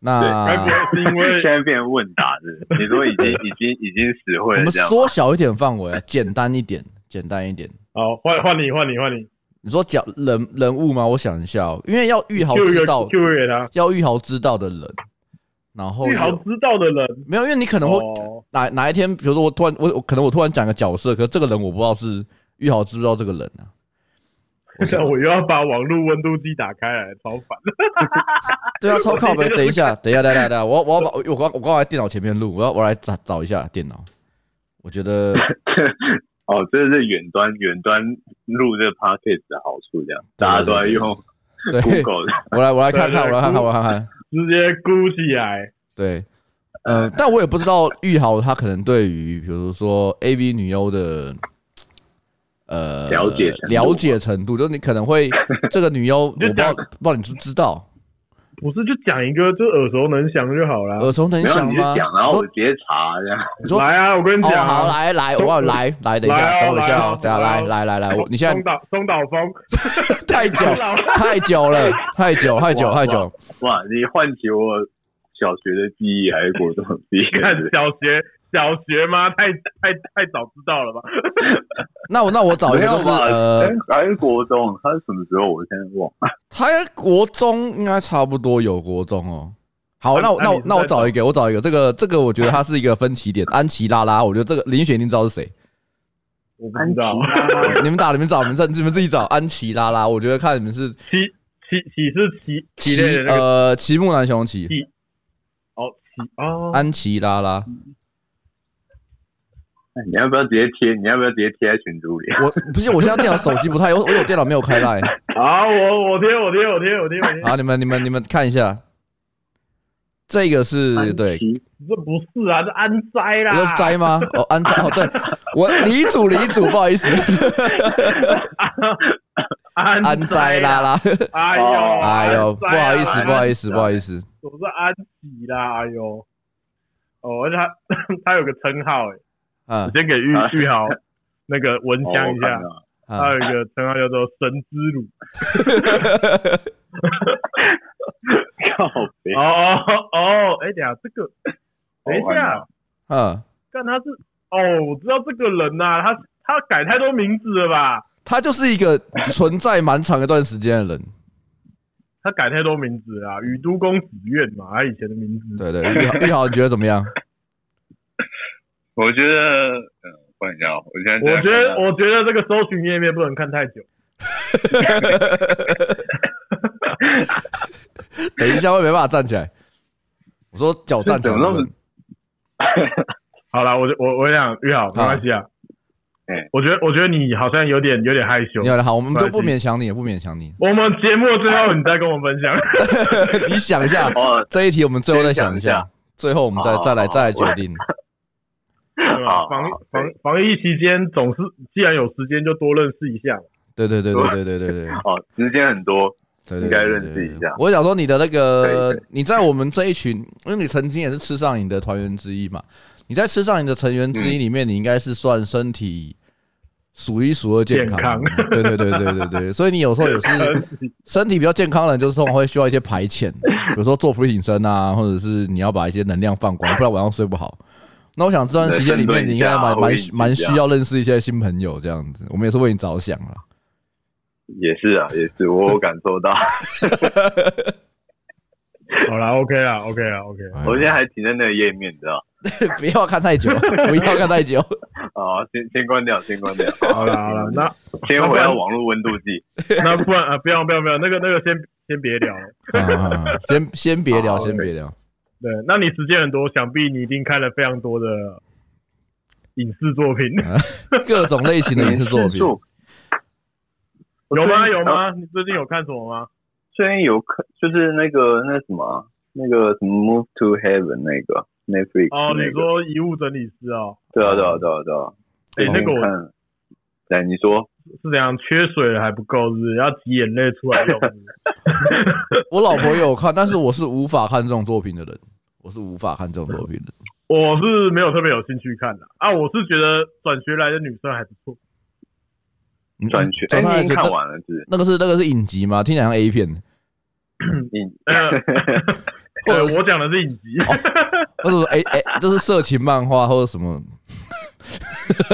Speaker 2: 该
Speaker 1: 那
Speaker 2: 不会是因为
Speaker 3: 现在变成问答是不是？你说 已经已经已经死会
Speaker 1: 我
Speaker 3: 了
Speaker 1: 们
Speaker 3: 这样吗？
Speaker 1: 缩小一点范围啊， 简单一点，简单一点。
Speaker 2: 好换换你换你换你
Speaker 1: 你说讲人人物吗？我想一下、哦，因为要玉豪
Speaker 2: Q 一
Speaker 1: 知
Speaker 2: 个
Speaker 1: 道，
Speaker 2: Q 给他，
Speaker 1: 要玉豪知道的人，然后
Speaker 2: 最好
Speaker 1: 有
Speaker 2: 知道的人
Speaker 1: 没有，因为你可能会
Speaker 2: 哦，
Speaker 1: 哪哪一天，比如说我突然我我可能我突然讲个角色，可是这个人我不知道是玉豪知不知道这个人啊？我想
Speaker 2: 那我又要把网络温度计打开来，超烦。
Speaker 1: 对啊，超靠北。等一下，等一下，等一下，等一下，我要我要把我刚我刚才电脑前面录，我要我来找找一下电脑。我觉得
Speaker 3: 哦，这是远端远端录这个 podcast 的好处，这样
Speaker 1: 对
Speaker 3: 大家都在用
Speaker 1: 对，
Speaker 3: Google 的，
Speaker 1: 我来我来看看，我
Speaker 2: 对对
Speaker 1: 来看看，我来看看。
Speaker 2: 直接箍起来。
Speaker 1: 对，呃，但我也不知道玉豪他可能对于比如说 AV 女优的呃
Speaker 3: 了解程度
Speaker 1: 了解程度，就是你可能会这个女优，我不知道
Speaker 2: 讲
Speaker 1: 不知道你知不知道，
Speaker 2: 不是，就讲一个，就耳熟能详就好啦。
Speaker 1: 耳熟能
Speaker 3: 没有
Speaker 1: 详
Speaker 3: 你就
Speaker 1: 吗？
Speaker 3: 讲，然后
Speaker 1: 都
Speaker 3: 我直接查这样。
Speaker 1: 你呃说
Speaker 2: 来啊，我跟你
Speaker 1: 哦，
Speaker 2: 讲啊、
Speaker 1: 好，来来，我要来来，等一
Speaker 2: 来
Speaker 1: 下，
Speaker 2: 哦
Speaker 1: 等我一下
Speaker 2: 来
Speaker 1: 哦
Speaker 2: 哦，
Speaker 1: 等一下，来
Speaker 2: 来哦
Speaker 1: 来来来，我你现
Speaker 2: 中
Speaker 1: 在
Speaker 2: 岛中岛风，
Speaker 1: 太久太久了，太久太久
Speaker 3: 哇
Speaker 1: 太久，
Speaker 3: 哇，你唤起我小学的记忆，还是国中的记忆？
Speaker 2: 看小学小学吗？太太太早知道了吧？
Speaker 1: 那我那我找一
Speaker 3: 没
Speaker 1: 个
Speaker 3: 有
Speaker 1: 就是
Speaker 3: 吧？
Speaker 1: 呃
Speaker 3: 哎，还是国中，他是什么时候？我现在忘了。
Speaker 1: 他国中应该差不多有国中哦。好，
Speaker 2: 安
Speaker 1: 那我那
Speaker 2: 安妮
Speaker 1: 我
Speaker 2: 是
Speaker 1: 那我
Speaker 2: 在
Speaker 1: 找一个，我找一个，这个这个我觉得它是一个分歧点。安琪拉拉，我觉得这个林雪一定知道是谁。
Speaker 2: 我不知道，
Speaker 1: 你们打，你们找，你们自你们自己找。安琪拉拉，我觉得看你们是
Speaker 2: 奇奇奇是奇奇类的那个
Speaker 1: 呃奇木南雄奇
Speaker 2: 奇哦奇哦，
Speaker 1: 安琪拉拉，
Speaker 3: 哎你要不要直接贴？你要不要直接贴在群组里？
Speaker 1: 我不是我现在电脑手机不太，我我有电脑没有开 line
Speaker 2: 好，我我贴我贴我贴我贴我贴，
Speaker 1: 好，你们你们你们看一下，这个是对
Speaker 2: 这不是啊，这安塞啦，
Speaker 1: 这是斋吗？哦，安斋哦，对我李主李主，不好意思，
Speaker 2: 安
Speaker 1: 安斋拉
Speaker 2: 啦，
Speaker 1: 拉，
Speaker 2: 哎呦
Speaker 3: 哦
Speaker 1: 哎呦，不好意
Speaker 3: 啊
Speaker 1: 思，不好
Speaker 2: 思，
Speaker 1: 意思，不好意思，
Speaker 2: 我是安吉啦，哎呦，哦，而且他 他有个称号哎，
Speaker 1: 啊
Speaker 2: 我先给玉
Speaker 3: 啊
Speaker 2: 玉豪那个闻
Speaker 3: 哦
Speaker 2: 香一
Speaker 3: 我
Speaker 2: 下
Speaker 3: 看，到了
Speaker 2: 他
Speaker 1: 啊
Speaker 2: 有，一个称号叫做神之乳，
Speaker 3: 靠北
Speaker 2: 哦哦哦，哎、等一下这个，等一
Speaker 3: 好玩
Speaker 2: 下
Speaker 3: 啊，
Speaker 1: 嗯，
Speaker 2: 看他是哦，我知道这个人呐、他他改太多名字了吧？
Speaker 1: 他就是一个存在蛮长一段时间的人，
Speaker 2: 他改太多名字了啊，宇都公子苑嘛，他以前的名字。
Speaker 1: 对 对，玉豪玉豪，你觉得怎么样？
Speaker 3: 我觉得，嗯，换一下哦，我现在
Speaker 2: 我觉
Speaker 3: 在看
Speaker 2: 得，
Speaker 3: 到
Speaker 2: 我觉得这个搜寻页面不能看太久。
Speaker 1: 等一下会没办法站起来，我说脚站起来
Speaker 3: 这怎么那么
Speaker 1: 不能，
Speaker 2: 好了，我就我我想约好，没关系啊。
Speaker 3: 嗯
Speaker 2: 我觉得，我觉得你好像有点有点害羞
Speaker 1: 你。好，好，我们
Speaker 2: 没
Speaker 1: 就
Speaker 2: 关系
Speaker 1: 不勉强你，不勉强 你，
Speaker 2: 我们节目最后你再跟我分享。
Speaker 1: 你想一下
Speaker 3: 哦，
Speaker 1: 这一题，我们最后再想一
Speaker 3: 先想一
Speaker 1: 下，最后我们再
Speaker 3: 好
Speaker 1: 再来
Speaker 3: 好
Speaker 1: 再来
Speaker 3: 我
Speaker 1: 决定。
Speaker 2: 对吧
Speaker 3: 好
Speaker 2: 防
Speaker 3: 好
Speaker 2: 防防疫期间，总是既然有时间就多认识一下嘛。
Speaker 1: 对对对对对对对对对。
Speaker 3: 哦，时间很多，
Speaker 1: 对
Speaker 3: 应该认识一下
Speaker 1: 我想说你的那
Speaker 3: 可
Speaker 1: 个
Speaker 3: 以可，
Speaker 1: 你在我们这一群，因为你曾经也是吃上瘾的团员之一嘛，你在吃上瘾的成员之一
Speaker 3: 嗯
Speaker 1: 里面，你应该是算身体数一数二健康的。
Speaker 2: 健
Speaker 1: 对对对对对对，所以你有时候 也是身体比较健康的人，就是通常会需要一些排遣，比如说做俯卧撑啊，或者是你要把一些能量放 光，不然晚上睡不好。那我想这段时间里面，你应该蛮蛮蛮需要认识一些新朋友这样子，我们也是为你着想啊了。
Speaker 3: 也是啊，也是，我有感受 到。
Speaker 2: 好啦 o k 啦 o k 啦 o k
Speaker 3: 我现在还停在那个页面，你知道？
Speaker 1: 不要看太 久，不要看太久。
Speaker 3: 啊，先先关掉，先关 掉。
Speaker 2: 好啦好啦， 那
Speaker 3: 先回到网络温度 计。
Speaker 2: 那不然啊，不要不要不要，那个那个先先别聊了。
Speaker 1: 啊，先先别聊，
Speaker 3: 好
Speaker 1: 先别聊。
Speaker 2: 对，那你时间很多，想必你一定看了非常多的影视作品，
Speaker 1: 各种类型的影视作品，
Speaker 2: 有吗？
Speaker 3: 最近
Speaker 2: 有吗？你最近有看什么吗？
Speaker 3: 最近有看，就是那个那什么啊，那个什么《Move to Heaven》那个 Netflix
Speaker 2: 哦，
Speaker 3: 那
Speaker 2: 你
Speaker 3: 个，
Speaker 2: 说遗物整理师哦，
Speaker 3: 对啊对啊对啊对啊。
Speaker 2: 哎那个我
Speaker 3: 看，来你说，
Speaker 2: 是怎样？缺水了还不够，是不是要挤眼泪出来用？
Speaker 1: 我老婆也有看，但是我是无法看这种作品的人，我是无法看这种作品的。
Speaker 2: 我是没有特别有兴趣看的啊，我是觉得转学来的女生还不错。
Speaker 1: 你
Speaker 3: 转
Speaker 2: 嗯
Speaker 3: 圈，
Speaker 1: 早上
Speaker 3: 哎，
Speaker 1: 还
Speaker 3: 你已
Speaker 1: 觉得
Speaker 3: 经看完了是不是？
Speaker 1: 那个是那个是影集吗？听起来像 A 片，
Speaker 3: 你
Speaker 2: 呃，
Speaker 1: 或
Speaker 2: 呃
Speaker 1: 者是
Speaker 2: 我讲的是影集，
Speaker 1: 或者说哎哎，就是色情漫画或者什么，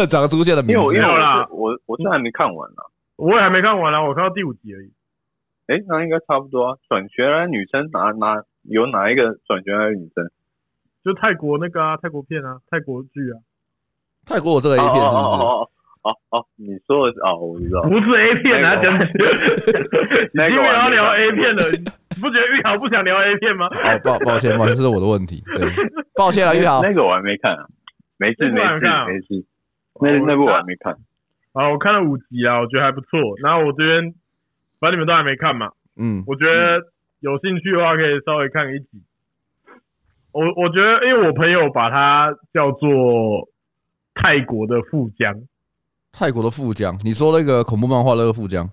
Speaker 1: 长出现的名
Speaker 3: 因为我因
Speaker 1: 字
Speaker 3: 为。我
Speaker 2: 啦
Speaker 3: 是我我是还没看完呢。
Speaker 2: 我也还没看完啊，我看到第五集而已。
Speaker 3: 哎，那应该差不多啊。转学来的女生哪哪有哪一个转学来的女生？
Speaker 2: 就泰国那个啊，泰国片啊，泰国剧啊，
Speaker 1: 泰国有这个 A
Speaker 3: 哦
Speaker 1: 片是不是？
Speaker 3: 哦哦哦哦，你说的是哦，我知道。
Speaker 2: 不是 A 片啊，
Speaker 3: 那个
Speaker 2: 讲你
Speaker 3: 那
Speaker 2: 今
Speaker 3: 个
Speaker 2: 天
Speaker 3: 我
Speaker 2: 要
Speaker 3: 还没
Speaker 2: 聊
Speaker 3: 看啊
Speaker 2: A 片了，你不觉得玉豪不想聊 A 片吗？
Speaker 1: 哦，抱抱歉，抱歉，这是我的问题。对，抱歉了，玉豪
Speaker 3: 那。个我还没看啊，没事
Speaker 2: 那部
Speaker 3: 没
Speaker 2: 还没
Speaker 3: 事
Speaker 2: 看啊
Speaker 3: 没事。那那部我还没看，
Speaker 2: 啊好，我看了五集啊，我觉得还不错。然后我这边，反正你们都还没看嘛，
Speaker 1: 嗯，
Speaker 2: 我觉得有兴趣的话可以稍微看一集。我我觉得，因为我朋友把它叫做泰国的富江，
Speaker 1: 泰国的富江，你说那个恐怖漫画那个富江，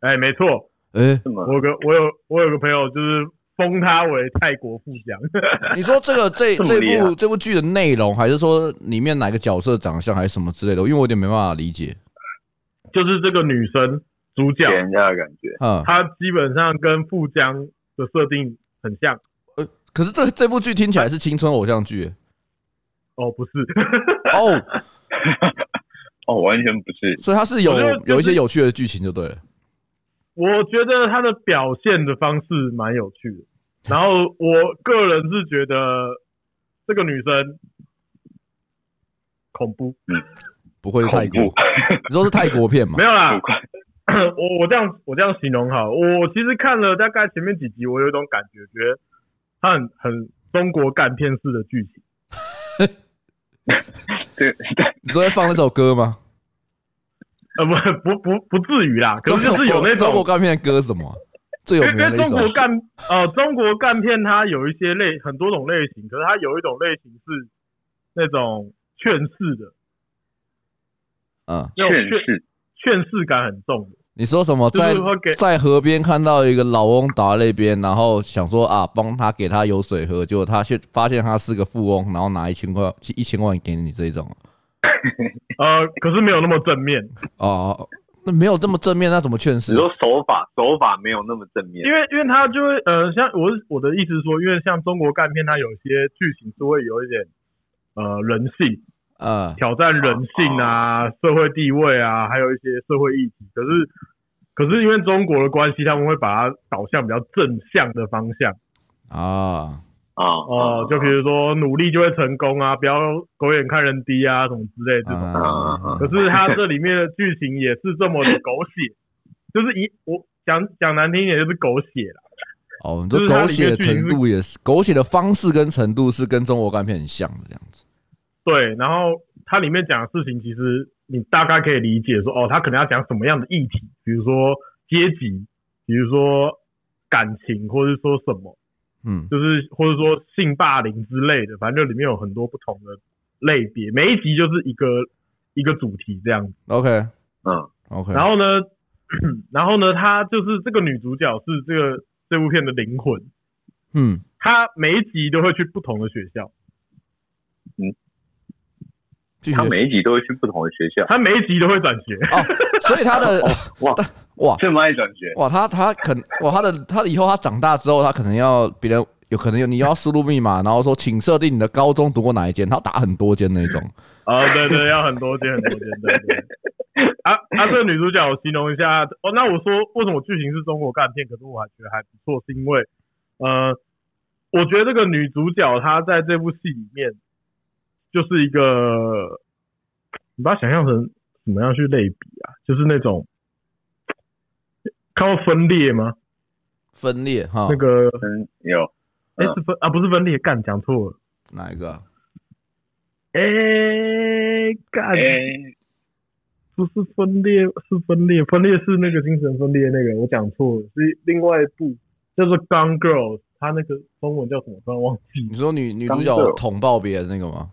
Speaker 2: 哎、没错，
Speaker 1: 哎、
Speaker 3: 这么
Speaker 2: 我有个我有我有个朋友就是封他为泰国富江，
Speaker 1: 你说这个这
Speaker 3: 这么
Speaker 1: 这
Speaker 3: 厉害
Speaker 1: 部这部剧的内容，还是说里面哪个角色长相，还是什么之类的？因为我有点没办法理解。
Speaker 2: 就是这个女生主角
Speaker 3: 给，人家的感觉，
Speaker 1: 嗯，
Speaker 2: 她基本上跟富江的设定很像。
Speaker 1: 可是这这部剧听起来是青春偶像 剧
Speaker 2: 哦，不是，
Speaker 1: 哎哦，
Speaker 3: 哦，完全不是，
Speaker 1: 所以它是有
Speaker 2: 我觉得就是
Speaker 1: 有一些有趣的剧情就对了。
Speaker 2: 我觉得他的表现的方式蛮有趣的。然后我个人是觉得这个女生恐怖，
Speaker 1: 不会是泰
Speaker 3: 恐
Speaker 1: 国
Speaker 3: 怖？，
Speaker 1: 你说是泰国片嘛
Speaker 2: 没？有啦
Speaker 3: 不，快，
Speaker 2: 我我这样我这样形容好了，我其实看了大概前面几集，我有一种感觉，觉得它很很中国干片式的剧情。
Speaker 3: 对对，
Speaker 1: 你说在放那首歌吗？
Speaker 2: 呃，不不不不至于啦，可是就是有那
Speaker 1: 中国
Speaker 2: 种
Speaker 1: 干片的歌是什么啊？最有
Speaker 2: 因为
Speaker 1: 名
Speaker 2: 因
Speaker 1: 的
Speaker 2: 为
Speaker 1: 那一
Speaker 2: 中
Speaker 1: 首
Speaker 2: 国干呃中国干片它有一些类很多种类型，可是它有一种类型是那种劝世的，
Speaker 1: 嗯，
Speaker 2: 那种
Speaker 3: 确
Speaker 2: 劝
Speaker 3: 实，
Speaker 2: 劝世感很重的。
Speaker 1: 你说什么
Speaker 2: 就是
Speaker 1: 在
Speaker 2: 会给
Speaker 1: 在河边看到一个老翁倒在那边，然后想说啊，帮他给他有水喝，结果他却发现他是个富翁，然后拿一千块一千万给你这种。
Speaker 2: 呃，可是没有那么正面，
Speaker 1: 哦，那没有这么正面，那怎么劝
Speaker 3: 只
Speaker 1: 世？
Speaker 3: 说手法手法没有那么正面
Speaker 2: 因，为因为它就会呃，像我是我的意思是说，因为像中国干片，它有些剧情是会有一点呃人性，
Speaker 1: 呃，
Speaker 2: 挑战人性啊、社会地位啊，还有一些社会议题。可是，可是因为中国的关系，他们会把它导向比较正向的方向
Speaker 1: 啊，
Speaker 3: 啊，
Speaker 2: 哦、
Speaker 3: 啊
Speaker 2: 就比如说努力就会成功啊，不要狗眼看人低啊，什么之类这种。
Speaker 1: 啊
Speaker 2: 可是它这里面的剧情也是这么的狗血， 就是一我讲讲难听一点就是狗血啦。
Speaker 1: 哦，你这狗血的程度也是，狗血的方式跟程度是跟中国干片很像的这样子。
Speaker 2: 对，然后它里面讲的事情，其实你大概可以理解说，哦，他可能要讲什么样的议题，比如说阶级，比如说感情，或者说什么，
Speaker 1: 嗯，
Speaker 2: 就是或者说性霸凌之类的，反正就里面有很多不同的类别，每一集就是一个一个主题这样子。
Speaker 1: OK
Speaker 3: 嗯，
Speaker 1: OK，
Speaker 2: 然后呢， 然后呢，她就是这个女主角是这个这部片的灵魂，
Speaker 1: 嗯，
Speaker 2: 她每一集都会去不同的学校，
Speaker 1: 继续
Speaker 3: 他每一集都会去不同的学校，
Speaker 2: 她每一集都会转学。
Speaker 1: 哦，所以他的
Speaker 3: 哇，
Speaker 1: 哇
Speaker 3: 这么爱转学，
Speaker 1: 哇，他他可能哇，他的他以后他长大之后，他可能要别人有可能有你要输入密码，然后说请设定你的高中读过哪一间，他打很多间那种。
Speaker 2: 啊，对对，要很多间很多间，对对。啊啊，这个女主角，我形容一下哦。那我说为什么剧情是中国干片，可是我还觉得还不错，是因为呃，我觉得这个女主角她在这部戏里面就是一个，你把它想象成怎么样去类比啊？就是那种看过分裂吗？
Speaker 1: 分裂哈，
Speaker 2: 那个
Speaker 3: 嗯，有
Speaker 2: 哎、是分啊，不是分裂，干讲错了，
Speaker 1: 哪一个啊？
Speaker 2: 哎、干。
Speaker 3: 哎，
Speaker 2: 不是分裂，是分裂，分裂是那个精神分裂那个，我讲错了，是另外一部叫做《Gun Girl》，它那个中文叫什么？突然忘记。
Speaker 1: 你说女女主
Speaker 3: 刚
Speaker 1: 角
Speaker 3: 射
Speaker 1: 捅爆别人那个吗？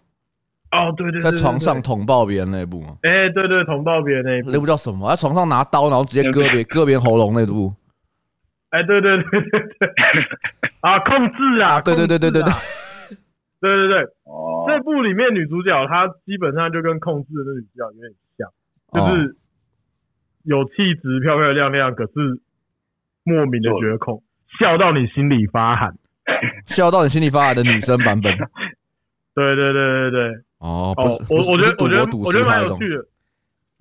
Speaker 2: 哦，对对
Speaker 1: 在
Speaker 2: 对对
Speaker 1: 床上
Speaker 2: 对
Speaker 1: 捅爆别人那一部吗？
Speaker 2: 哎、对对，捅爆别人那一部。
Speaker 1: 那部叫什么？在床上拿刀，然后直接割别割别人喉咙那部。
Speaker 2: 哎、对对对对对。啊，控制啊！
Speaker 1: 对对对对对
Speaker 2: 控制啊对对对，
Speaker 3: 哦，
Speaker 2: 这部里面女主角她基本上就跟控制的那女主角有点像，
Speaker 1: 哦
Speaker 2: 就是有气质、漂漂亮亮，可是莫名的觉得恐，笑到你心里发寒。
Speaker 1: 哦笑到你心里发寒的女生版本。
Speaker 2: 对对对对对。
Speaker 1: 哦，不
Speaker 2: 哦
Speaker 1: 是，，
Speaker 2: 我
Speaker 1: 不是
Speaker 2: 我觉得
Speaker 1: 不
Speaker 2: 我
Speaker 1: 是
Speaker 2: 觉
Speaker 1: 赌
Speaker 2: 得
Speaker 1: 博
Speaker 2: 我觉
Speaker 1: 赌
Speaker 2: 得
Speaker 1: 输
Speaker 2: 蛮
Speaker 1: 那
Speaker 2: 有
Speaker 1: 种
Speaker 2: 趣的，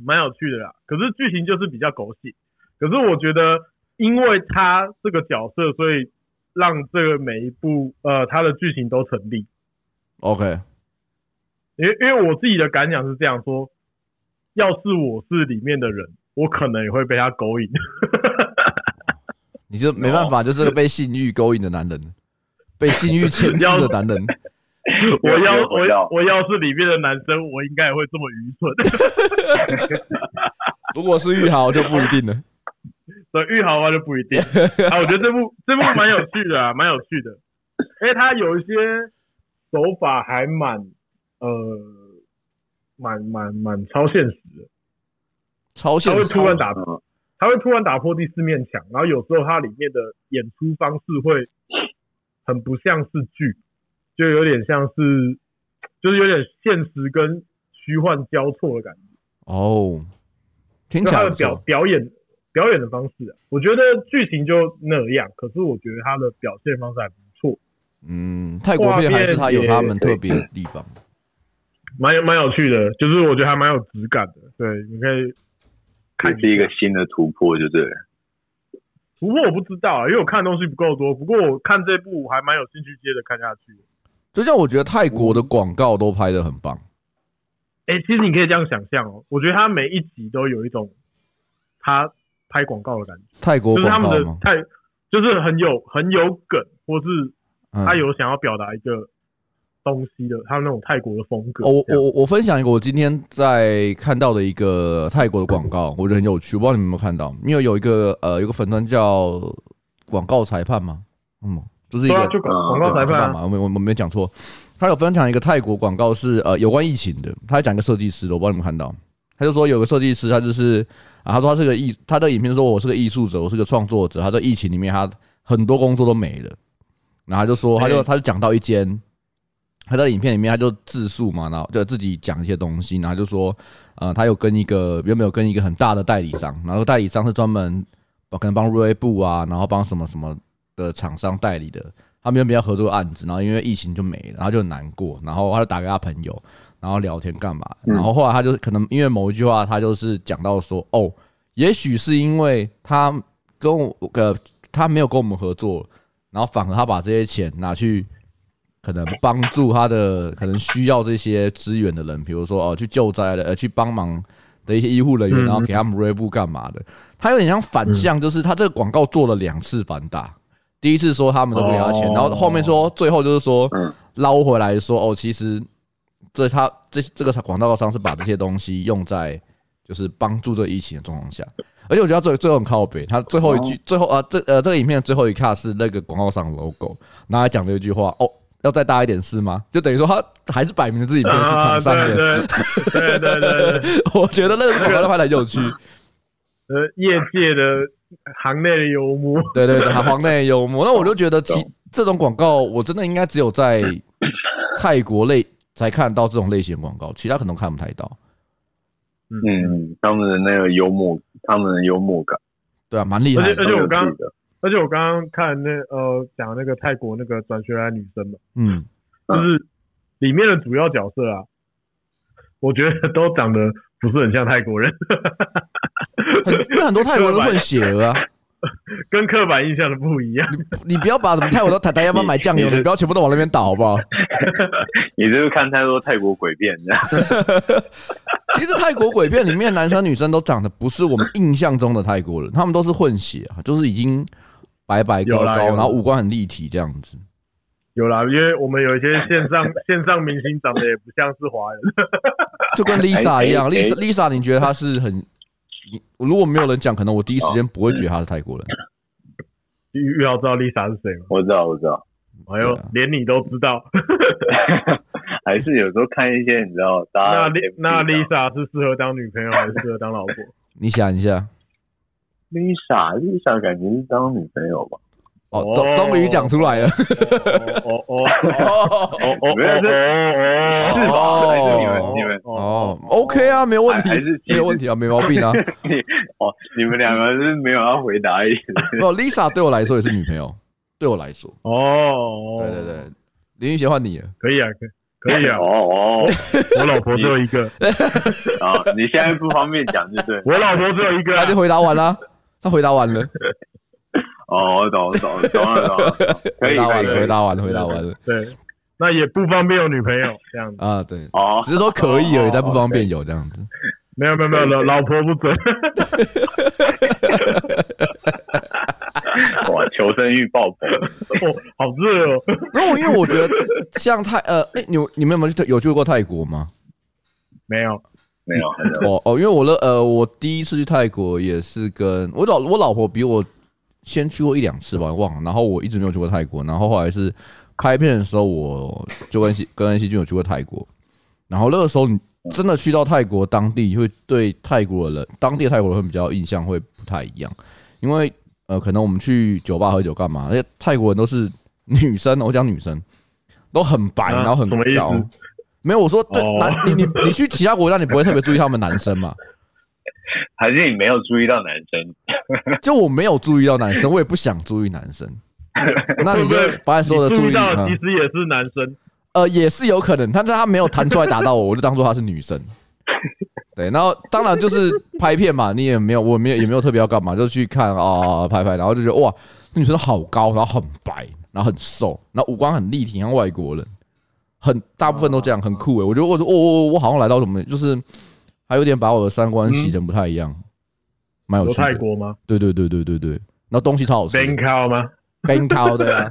Speaker 2: 蛮有趣的啦。可是剧情就是比较狗血。可是我觉得，因为他这个角色，所以让这个每一部呃他的剧情都成立。
Speaker 1: OK，
Speaker 2: 因为因为我自己的感想是这样说，要是我是里面的人，我可能也会被他勾引。
Speaker 1: 你就没办法，就是个被性欲勾引的男人，被性欲牵制的男 人。
Speaker 2: 我要
Speaker 3: 有
Speaker 2: 我
Speaker 3: 有
Speaker 2: 要我要是里面的男生，我应该也会这么愚蠢。
Speaker 1: 如果是玉豪就不一定了。
Speaker 2: 对，玉豪啊就不一定。啊，我觉得这部这部蛮有趣的啊，蛮有趣的，因为它有一些手法还蛮呃蛮蛮蛮超现实的，
Speaker 1: 超
Speaker 2: 它
Speaker 1: 现
Speaker 2: 会
Speaker 1: 实，
Speaker 2: 突然打
Speaker 3: 嗯
Speaker 2: 破，它会突然打破第四面墙，然后有时候它里面的演出方式会很不像是剧，就有点像是就是有点现实跟虚幻交错的感觉。
Speaker 1: 哦，听
Speaker 2: 就
Speaker 1: 起
Speaker 2: 他
Speaker 1: 来
Speaker 2: 的
Speaker 1: 不
Speaker 2: 表
Speaker 1: 错
Speaker 2: 表演表演的方式、啊，我觉得剧情就那样，可是我觉得他的表现方式还不错，
Speaker 1: 嗯，泰国片还是它有他们特别的地方。
Speaker 2: 蛮有蛮有趣的，就是我觉得还蛮有质感的。对，你可以看
Speaker 3: 这是一个新的突破，就对了。
Speaker 2: 不过我不知道啊，因为我看的东西不够多。不过我看这部我还蛮有兴趣，接着看下去的。
Speaker 1: 就像我觉得泰国的广告都拍的很棒，
Speaker 2: 哎、其实你可以这样想象哦，我觉得他每一集都有一种他拍广告的感觉，
Speaker 1: 泰国
Speaker 2: 就是他
Speaker 1: 广
Speaker 2: 们
Speaker 1: 告
Speaker 2: 的
Speaker 1: 吗？
Speaker 2: 太就是很有很有梗，或是
Speaker 1: 嗯
Speaker 2: 他有想要表达一个东西的，他们那种泰国的风格。
Speaker 1: 哦，我
Speaker 2: 这样
Speaker 1: 我我分享一个我今天在看到的一个泰国的广告，我觉得很有趣，我不知道你们有没有看到，因为有一个呃有个粉团叫广告裁判嘛，嗯，就是一
Speaker 2: 对啊，
Speaker 1: 个
Speaker 2: 就广
Speaker 3: 嗯
Speaker 2: 广告裁判啊、
Speaker 1: 嘛，我没我我没讲错，他有分享一个泰国广告是呃有关疫情的，他还讲一个设计师的，我不知道你们有没有看到，他就说有个设计师，他就是啊，他说他是个艺，他的影片说我是个艺术者，我是个创作者，他在疫情里面他很多工作都没了，然后他就说他就
Speaker 2: 哎
Speaker 1: 他就讲到一间。他在影片里面，他就自述嘛，然后就自己讲一些东西，然后他就说，呃，他有跟一个原本有跟一个很大的代理商，然后代理商是专门呃可能帮瑞布啊，然后帮什么什么的厂商代理的，他们原本要合作案子，然后因为疫情就没了，然后就很难过，然后他就打给他朋友，然后聊天干嘛，
Speaker 3: 嗯
Speaker 1: 然后后来他就可能因为某一句话，他就是讲到说，哦，也许是因为他跟我呃他没有跟我们合作，然后反而他把这些钱拿去。可能帮助他的可能需要这些资源的人，比如说哦，去救灾的，呃，去帮忙的一些医护人员，
Speaker 2: 嗯
Speaker 1: 然后给他们 r e b 干嘛的？他有点像反向，就是他这个广告做了两次反打，第一次说他们都不给他钱，
Speaker 2: 哦
Speaker 1: 然后后面说最后就是说
Speaker 3: 嗯
Speaker 1: 捞回来说哦，其实这他这这个广告商是把这些东西用在就是帮助这个疫情的状况下，而且我觉得他最最后很靠北，他最后一句、最后啊这呃这个影片的最后一卡是那个广告商的 logo，然后他讲了一句话哦。要再大一点是吗？就等于说他还是摆明了自己片是
Speaker 2: 啊，
Speaker 1: 厂商
Speaker 2: 对
Speaker 1: 的，
Speaker 2: 对对对对对，
Speaker 1: 我觉得那个广告拍的很有趣。
Speaker 2: 呃，业界的行内的游牧，
Speaker 1: 对对对，行内幽默。 那我就觉得其，
Speaker 3: 懂
Speaker 1: 这种广告我真的应该只有在泰国类才看到这种类型的广告，其他可能看不太到。
Speaker 3: 嗯，他们的那个幽默，他们的幽默感，
Speaker 1: 对啊，蛮厉害
Speaker 2: 而
Speaker 1: 的。
Speaker 2: 且我
Speaker 3: 蛮有趣
Speaker 2: 刚
Speaker 3: 的
Speaker 2: 而且我刚刚看那呃讲那个泰国那个转学来的女生嘛，
Speaker 1: 嗯，
Speaker 2: 就是里面的主要角色啊，我觉得都长得不是很像泰国人，
Speaker 1: 很因为很多泰国人混血儿 啊，
Speaker 2: 跟刻板印象的不一样。
Speaker 1: 你不要把什么泰国的太太要不要买酱油，
Speaker 3: 你
Speaker 1: 你不要全部都往那边倒，好不好？
Speaker 3: 你是不是看太多泰国鬼片？ 这样
Speaker 1: 其实泰国鬼片里面男生女生都长得不是我们印象中的泰国人，他们都是混血啊，就是已经白白高
Speaker 2: 有啦
Speaker 1: 高，
Speaker 2: 有啦
Speaker 1: 然后五官很立体这样子。
Speaker 2: 有啦，因为我们有一些线上线上明星长得也不像是华人，
Speaker 1: 就跟 Lisa
Speaker 3: 哎
Speaker 1: 一样
Speaker 3: 哎
Speaker 1: ，Lisa Lisa，你觉得她是很，你如果没有人讲，可能我第一时间不会觉得她是泰国人。
Speaker 2: 玉玉豪知道 Lisa 是谁吗？
Speaker 3: 我知道，我知道，
Speaker 2: 哎呦
Speaker 1: 对啊，
Speaker 2: 连你都知道。
Speaker 3: 还是有时候看一些你知道，大家
Speaker 2: 那 Li- 那
Speaker 3: FB 上
Speaker 2: Lisa 是适合当女朋友还是适合当老婆？
Speaker 1: 你想一下，
Speaker 3: Lisa Lisa 感觉是当女朋友吧？
Speaker 1: 哦，
Speaker 2: 哦
Speaker 1: 终终于讲出来了。
Speaker 2: 哦哦哦
Speaker 1: 哦
Speaker 2: 哦哦
Speaker 3: 没有
Speaker 2: 哦
Speaker 3: 这
Speaker 2: 哦
Speaker 3: 是吧？还是你们
Speaker 1: 哦
Speaker 3: 你们
Speaker 1: 哦，OK 啊，没有问题
Speaker 3: 还还是，其
Speaker 1: 没
Speaker 3: 实
Speaker 1: 有问题啊，没毛病 啊。
Speaker 3: 你哦，你们两个是没有要回答意思。
Speaker 1: 没有哦 Lisa 对我来说也是女朋友，对我来说，
Speaker 2: 哦，
Speaker 1: 对对，对，林玉贤换你了。
Speaker 2: 可以啊，可以可以啊，
Speaker 3: 哦哦
Speaker 2: 我老婆只有一个，
Speaker 3: 哦，你现在不方便讲就对了。
Speaker 2: 我老婆只有一个啊
Speaker 1: 他就，回答完了，他回答完了，
Speaker 3: 哦，我懂我懂懂了懂了，懂 了可
Speaker 1: 回
Speaker 3: 以
Speaker 1: 答
Speaker 3: 可
Speaker 1: 完
Speaker 3: 以
Speaker 1: 了，
Speaker 3: 可
Speaker 1: 回
Speaker 3: 以。
Speaker 1: 答完了，回答完了。
Speaker 2: 对，那也不方便有女朋友这样子，
Speaker 1: 啊，对，
Speaker 3: 哦
Speaker 1: 只，是说可以而已，
Speaker 3: 哦
Speaker 1: 但不方便
Speaker 3: 哦
Speaker 1: 有这样子。
Speaker 2: 没有没有没有，老老婆不准，
Speaker 3: 哇，求生欲爆棚。
Speaker 2: 哦，好热哦，
Speaker 1: 然后因为我觉得像泰呃，哎，你你们有没有去有去过泰国吗？
Speaker 2: 没有，
Speaker 3: 没有，很热
Speaker 1: 哦哦，因为我的呃，我第一次去泰国也是跟我老我老婆比我先去过一两次吧，忘了。然后我一直没有去过泰国，然后后来是拍片的时候，我就跟西跟恩熙君有去过泰国。然后那个时候你真的去到泰国当地，会对泰国人当地的泰国人会比较印象会不太一样，因为呃，可能我们去酒吧喝酒干嘛，而且泰国人都是女生，我讲女生都很白，
Speaker 2: 啊
Speaker 1: 然后很
Speaker 2: 什么意思
Speaker 1: 高。没有，我说这
Speaker 2: 哦
Speaker 1: 男、你你你去其他国家，你不会特别注意他们男生嘛？
Speaker 3: 还是你没有注意到男生？
Speaker 1: 就我没有注意到男生，我也不想注意男生。那你就
Speaker 2: 对不对
Speaker 1: 把你所有的
Speaker 2: 你
Speaker 1: 注
Speaker 2: 注
Speaker 1: 意
Speaker 2: 意到
Speaker 1: 嗯
Speaker 2: 其实也是男生，
Speaker 1: 呃，也是有可能，但是他没有弹出来打到我，我就当做他是女生。 对，然后当然就是拍片嘛，你也没有，我没有也没有特别要干嘛，就去看啊、拍拍，然后就觉得哇，那女生好高，然后很白，然后很瘦，然后五官很立体，像外国人，很大部分都这样，很酷欸诶、我觉得我我我我好像来到什么，就是还有点把我的三观洗成不太一样，蛮有
Speaker 2: 有
Speaker 1: 趣的。
Speaker 2: 泰国吗
Speaker 1: 对对对对对对，然后东西超好吃的
Speaker 2: b a n g k o 吗
Speaker 1: ，Bangkok 对啊，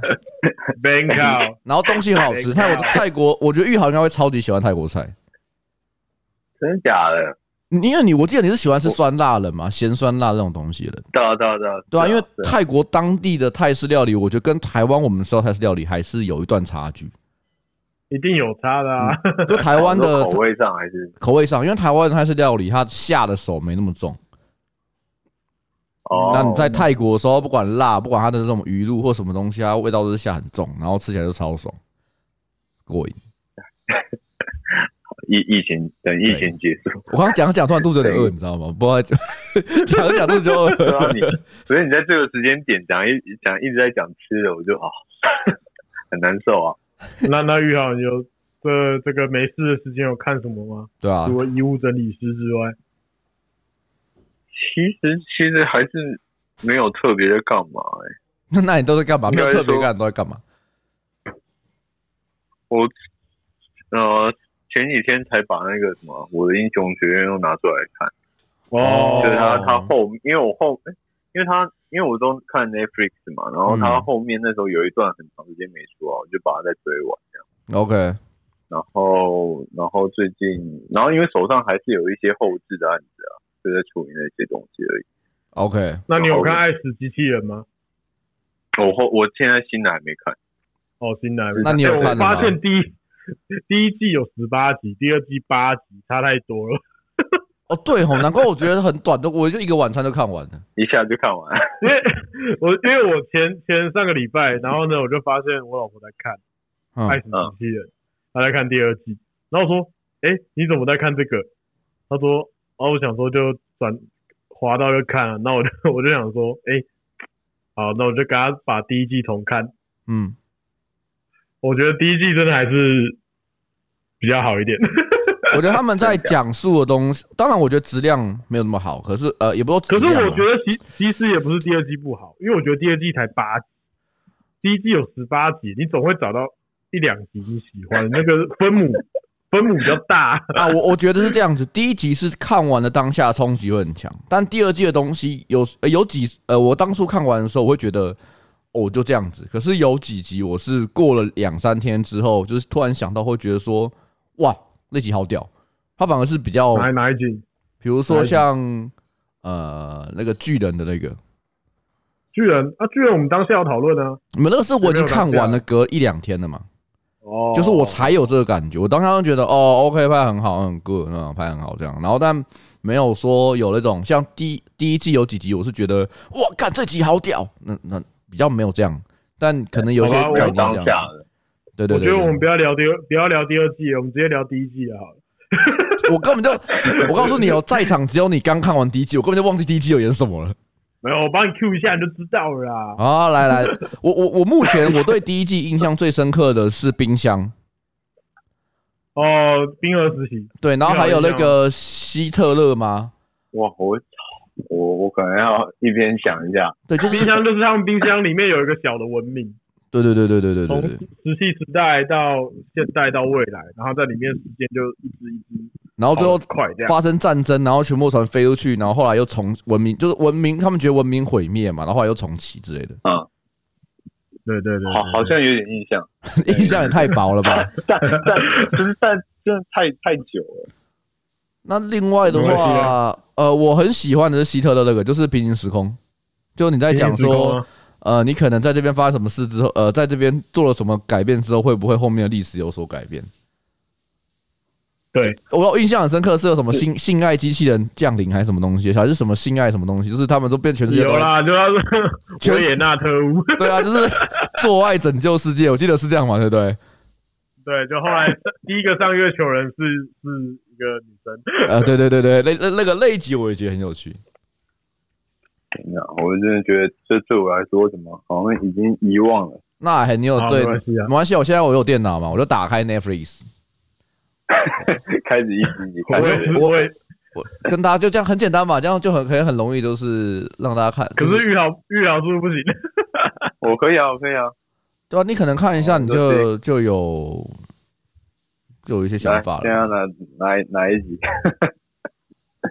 Speaker 2: b a n g k o
Speaker 1: 然后东西很好吃。
Speaker 2: Bangkok
Speaker 1: 泰国泰国，我觉得玉豪应该会超级喜欢泰国菜，
Speaker 3: 真的假的？
Speaker 1: 你因为你我记得你是喜欢吃酸辣的嘛，咸酸辣这种东西的，
Speaker 3: 对啊，对啊，对啊，
Speaker 1: 对啊，因为
Speaker 3: 对
Speaker 1: 泰国当地的泰式料理，我觉得跟台湾我们吃到泰式料理还是有一段差 距，
Speaker 2: 一定有差的啊。
Speaker 1: 就台湾的
Speaker 3: 说口味上还是
Speaker 1: 口味上，因为台湾的泰式料理它下的手没那么重，
Speaker 3: 哦，
Speaker 1: 那你在泰国的时候，不管辣，不管它的这种鱼露或什么东西，它味道都是下很重，然后吃起来就超爽，过瘾。
Speaker 3: 疫疫情等疫情结束，
Speaker 1: 我刚刚讲讲，突然肚子有点饿，
Speaker 3: 对
Speaker 1: 你知道吗？不知道在讲讲讲肚子就
Speaker 3: 对啊，
Speaker 1: 饿。
Speaker 3: 你所以你在这个时间点讲一讲一直在讲吃的，我就啊 很难受啊。
Speaker 2: 那那玉豪，你有这这个没事的时间有看什么吗？
Speaker 1: 对啊
Speaker 2: 除，了医务整理师之外，
Speaker 3: 其实其实还是没有特别的干嘛、欸，
Speaker 1: 那那你都在干嘛？没有特别干，都在干嘛？
Speaker 3: 我呃前几天才把那个什么《我的英雄学院》又拿出来看，
Speaker 1: 哦
Speaker 3: 就是他
Speaker 1: 哦
Speaker 3: 他后因为我后欸因为他因为我都看 Netflix 嘛，然后他
Speaker 1: 嗯
Speaker 3: 后面那时候有一段很长时间没出啊，我就把它再追完。
Speaker 1: OK，
Speaker 3: 然后，然后最近，然后因为手上还是有一些后置的案子啊，就在处理那些东西而已。
Speaker 1: OK，
Speaker 2: 那你
Speaker 1: 哦
Speaker 2: 有看《爱死机器人》吗？
Speaker 3: 我后我现在新的还没看，
Speaker 2: 哦，新来哎
Speaker 1: 那你有看了
Speaker 2: 我
Speaker 1: 吗
Speaker 2: 发现第一第一季有十八集，第二季八集，差太多了。
Speaker 1: 哦对吼，难怪我觉得很短，都我就一个晚餐就看完了。
Speaker 3: 一下就看完。
Speaker 2: 因为我因为我前前上个礼拜，然后呢，我就发现我老婆在看《爱
Speaker 1: 嗯，
Speaker 2: 死机器人》，她在看第二季，然后我说：“哎、你怎么在看这个？”她说：“哦，我想说就转滑到就看了。”那我就我就想说：“哎、好，那我就跟她把第一季重看。”
Speaker 1: 嗯，
Speaker 2: 我觉得第一季真的还是比较好 一点。
Speaker 1: 我觉得他们在讲述的东西，当然我觉得质量没有那么好，可是呃，也不说质
Speaker 2: 可是
Speaker 1: 量啊。
Speaker 2: 我觉得其其实也不是第二季不好，因为我觉得第二季才八集，第一季有十八集，你总会找到一两集你喜欢的。那个分母分母比较大，
Speaker 1: 啊，我我觉得是这样子。第一集是看完了当下冲击会很强，但第二季的东西有、呃有几呃，我当初看完的时候我会觉得哦就这样子，可是有几集我是过了两三天之后，就是突然想到会觉得说哇那集好屌，它反而是比较，
Speaker 2: 哪哪一集？
Speaker 1: 比如
Speaker 2: 哪
Speaker 1: 说
Speaker 2: 一集
Speaker 1: 像呃那个巨人的那个，
Speaker 2: 巨人啊，巨人我们当下要讨论啊。
Speaker 1: 你们那个是我已经看完了，隔一两天了嘛，
Speaker 2: 哦
Speaker 1: 就是我才有这个感觉。我当时就觉得哦，OK 拍得很好，很 good，嗯，拍得很好这样。然后但没有说有那种像第第一季有几集，我是觉得哇，干这集好屌，那那比较没有这样。但可能有些
Speaker 2: 好吧我
Speaker 1: 概
Speaker 3: 有
Speaker 1: 念
Speaker 3: 当
Speaker 1: 这样
Speaker 3: 下
Speaker 1: 子，对
Speaker 3: 的，
Speaker 1: 对
Speaker 2: 我
Speaker 1: 对
Speaker 2: 觉得我们
Speaker 1: 对
Speaker 2: 不要聊第二，不要聊第二季了，我们直接聊第一季了好了。
Speaker 1: 我根本就，我告诉你哦，在场只有你刚看完第一季，我根本就忘记第一季有演什么了。
Speaker 2: 没有，我帮你 Q 一下你就知道了啦。
Speaker 1: 啊，来来，我我我目前我对第一季印象最深刻的是冰箱，
Speaker 2: 哦，冰河实习，
Speaker 1: 对，然后还有那个希特勒吗？
Speaker 3: 哇，我我我可能要一边想一下。
Speaker 1: 对，就是
Speaker 2: 冰箱就是他们冰箱里面有一个小的文明。
Speaker 1: 对对对对对对对
Speaker 2: 从
Speaker 1: 对。
Speaker 2: 石器时代到现代到未来，然后在里面时间就一直一直
Speaker 1: 然后最后
Speaker 2: 跑得快这样。
Speaker 1: 发生战争，然后全部船飞出去，然后后来又重文明，就是文明，他们觉得文明毁灭嘛，然后后来又重启之类 的。
Speaker 2: 对对对对
Speaker 3: 好，好像有点印象，
Speaker 1: 印象也太薄了吧？
Speaker 3: 但但就是但真的太太久了。
Speaker 1: 那另外的
Speaker 2: 没关系
Speaker 1: 话
Speaker 2: 啊，
Speaker 1: 呃，我很喜欢的是希特勒那个，就是平行时空，就你在讲说，呃，你可能在这边发生什么事之后，呃，在这边做了什么改变之后，会不会后面的历史有所改变？
Speaker 2: 对，
Speaker 1: 我印象很深刻是有什么性性爱机器人降临还是什么东西，还是什么性爱什么东西，就是他们都变全世界都
Speaker 2: 有
Speaker 1: 在
Speaker 2: 啦，就他是
Speaker 1: 全
Speaker 2: 维也纳特务，
Speaker 1: 对啊，就是做爱拯救世界，我记得是这样嘛，对不对？
Speaker 2: 对，就后来第一个上月球人是是一个女生，
Speaker 1: 呃，对对对对，那那那个那一集我也觉得很有趣。
Speaker 3: 天哪，啊我真的觉得这对我来说，怎么好像已经遗忘了？
Speaker 1: 那很有
Speaker 2: 好
Speaker 1: 哦对，
Speaker 2: 没关系啊
Speaker 1: 没关系，我现在我有电脑嘛，我就打开 Netflix，
Speaker 3: 开始一集一集
Speaker 2: 我
Speaker 3: 看
Speaker 1: 感觉
Speaker 2: 也
Speaker 1: 我
Speaker 2: 我也，
Speaker 1: 我跟大家就这样很简单嘛，这样就很可以很容易，就是让大家看。
Speaker 2: 可
Speaker 1: 就是
Speaker 2: 玉老玉老师不行，
Speaker 3: 我可以啊，我可以啊，
Speaker 1: 对啊，你可能看一下
Speaker 3: 哦
Speaker 1: 你
Speaker 3: 对
Speaker 1: 就就有就有一些想
Speaker 3: 来，
Speaker 1: 法
Speaker 3: 现在
Speaker 2: 啊
Speaker 1: 了。
Speaker 3: 要哪哪哪一集？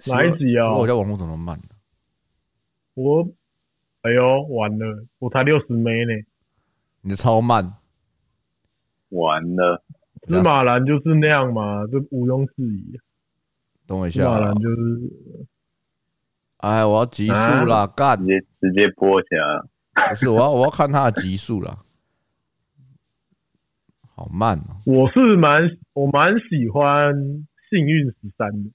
Speaker 1: 奇怪
Speaker 2: 哪一集啊
Speaker 1: 奇怪？我家网络怎么那么慢？
Speaker 2: 我，哎呦，完了，我才六十枚呢。
Speaker 1: 你的超慢，
Speaker 3: 完了，
Speaker 2: 司马兰就是那样嘛，这毋庸置疑。
Speaker 1: 等我一
Speaker 2: 司
Speaker 1: 下
Speaker 2: 马
Speaker 1: 啊
Speaker 2: 兰。就是
Speaker 1: 哎，我要集数
Speaker 2: 啊
Speaker 1: 啦，干
Speaker 3: 直！接直接播起来了。
Speaker 1: 不是，我要我要看他的集数啦。好慢哦。
Speaker 2: 我是蛮我蛮喜欢幸运十三的，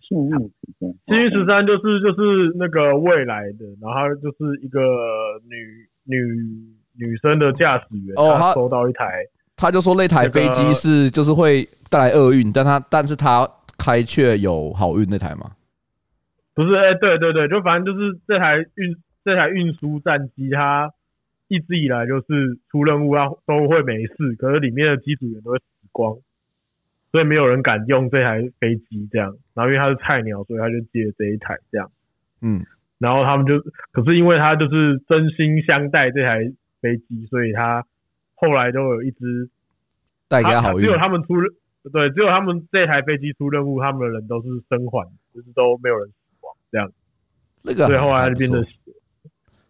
Speaker 3: 幸运时间，
Speaker 2: 幸运十三就是就是那个未来的，然后就是一个女女女生的驾驶员，
Speaker 1: 哦
Speaker 2: 她
Speaker 1: 她
Speaker 2: 收到一台，
Speaker 1: 他就说那台飞机是就是会带来厄运，但他但是他开却有好运那台嘛。
Speaker 2: 不是哎、对对对，就反正就是这台运这台运输战机它。一直以来就是出任务要都会没事，可是里面的机组员都会死光，所以没有人敢用这台飞机这样。然后因为它是菜鸟，所以他就借了这一台这样。
Speaker 1: 嗯，
Speaker 2: 然后他们就，可是因为他就是真心相待这台飞机，所以他后来都有一支，
Speaker 1: 带给他好
Speaker 2: 只
Speaker 1: 运
Speaker 2: 有。他们出任，对，只有他们这台飞机出任务，他们的人都是生还，就是都没有人死亡这样，
Speaker 1: 那个
Speaker 2: 所以后来
Speaker 1: 还
Speaker 2: 就
Speaker 1: 不
Speaker 2: 变成
Speaker 1: 错。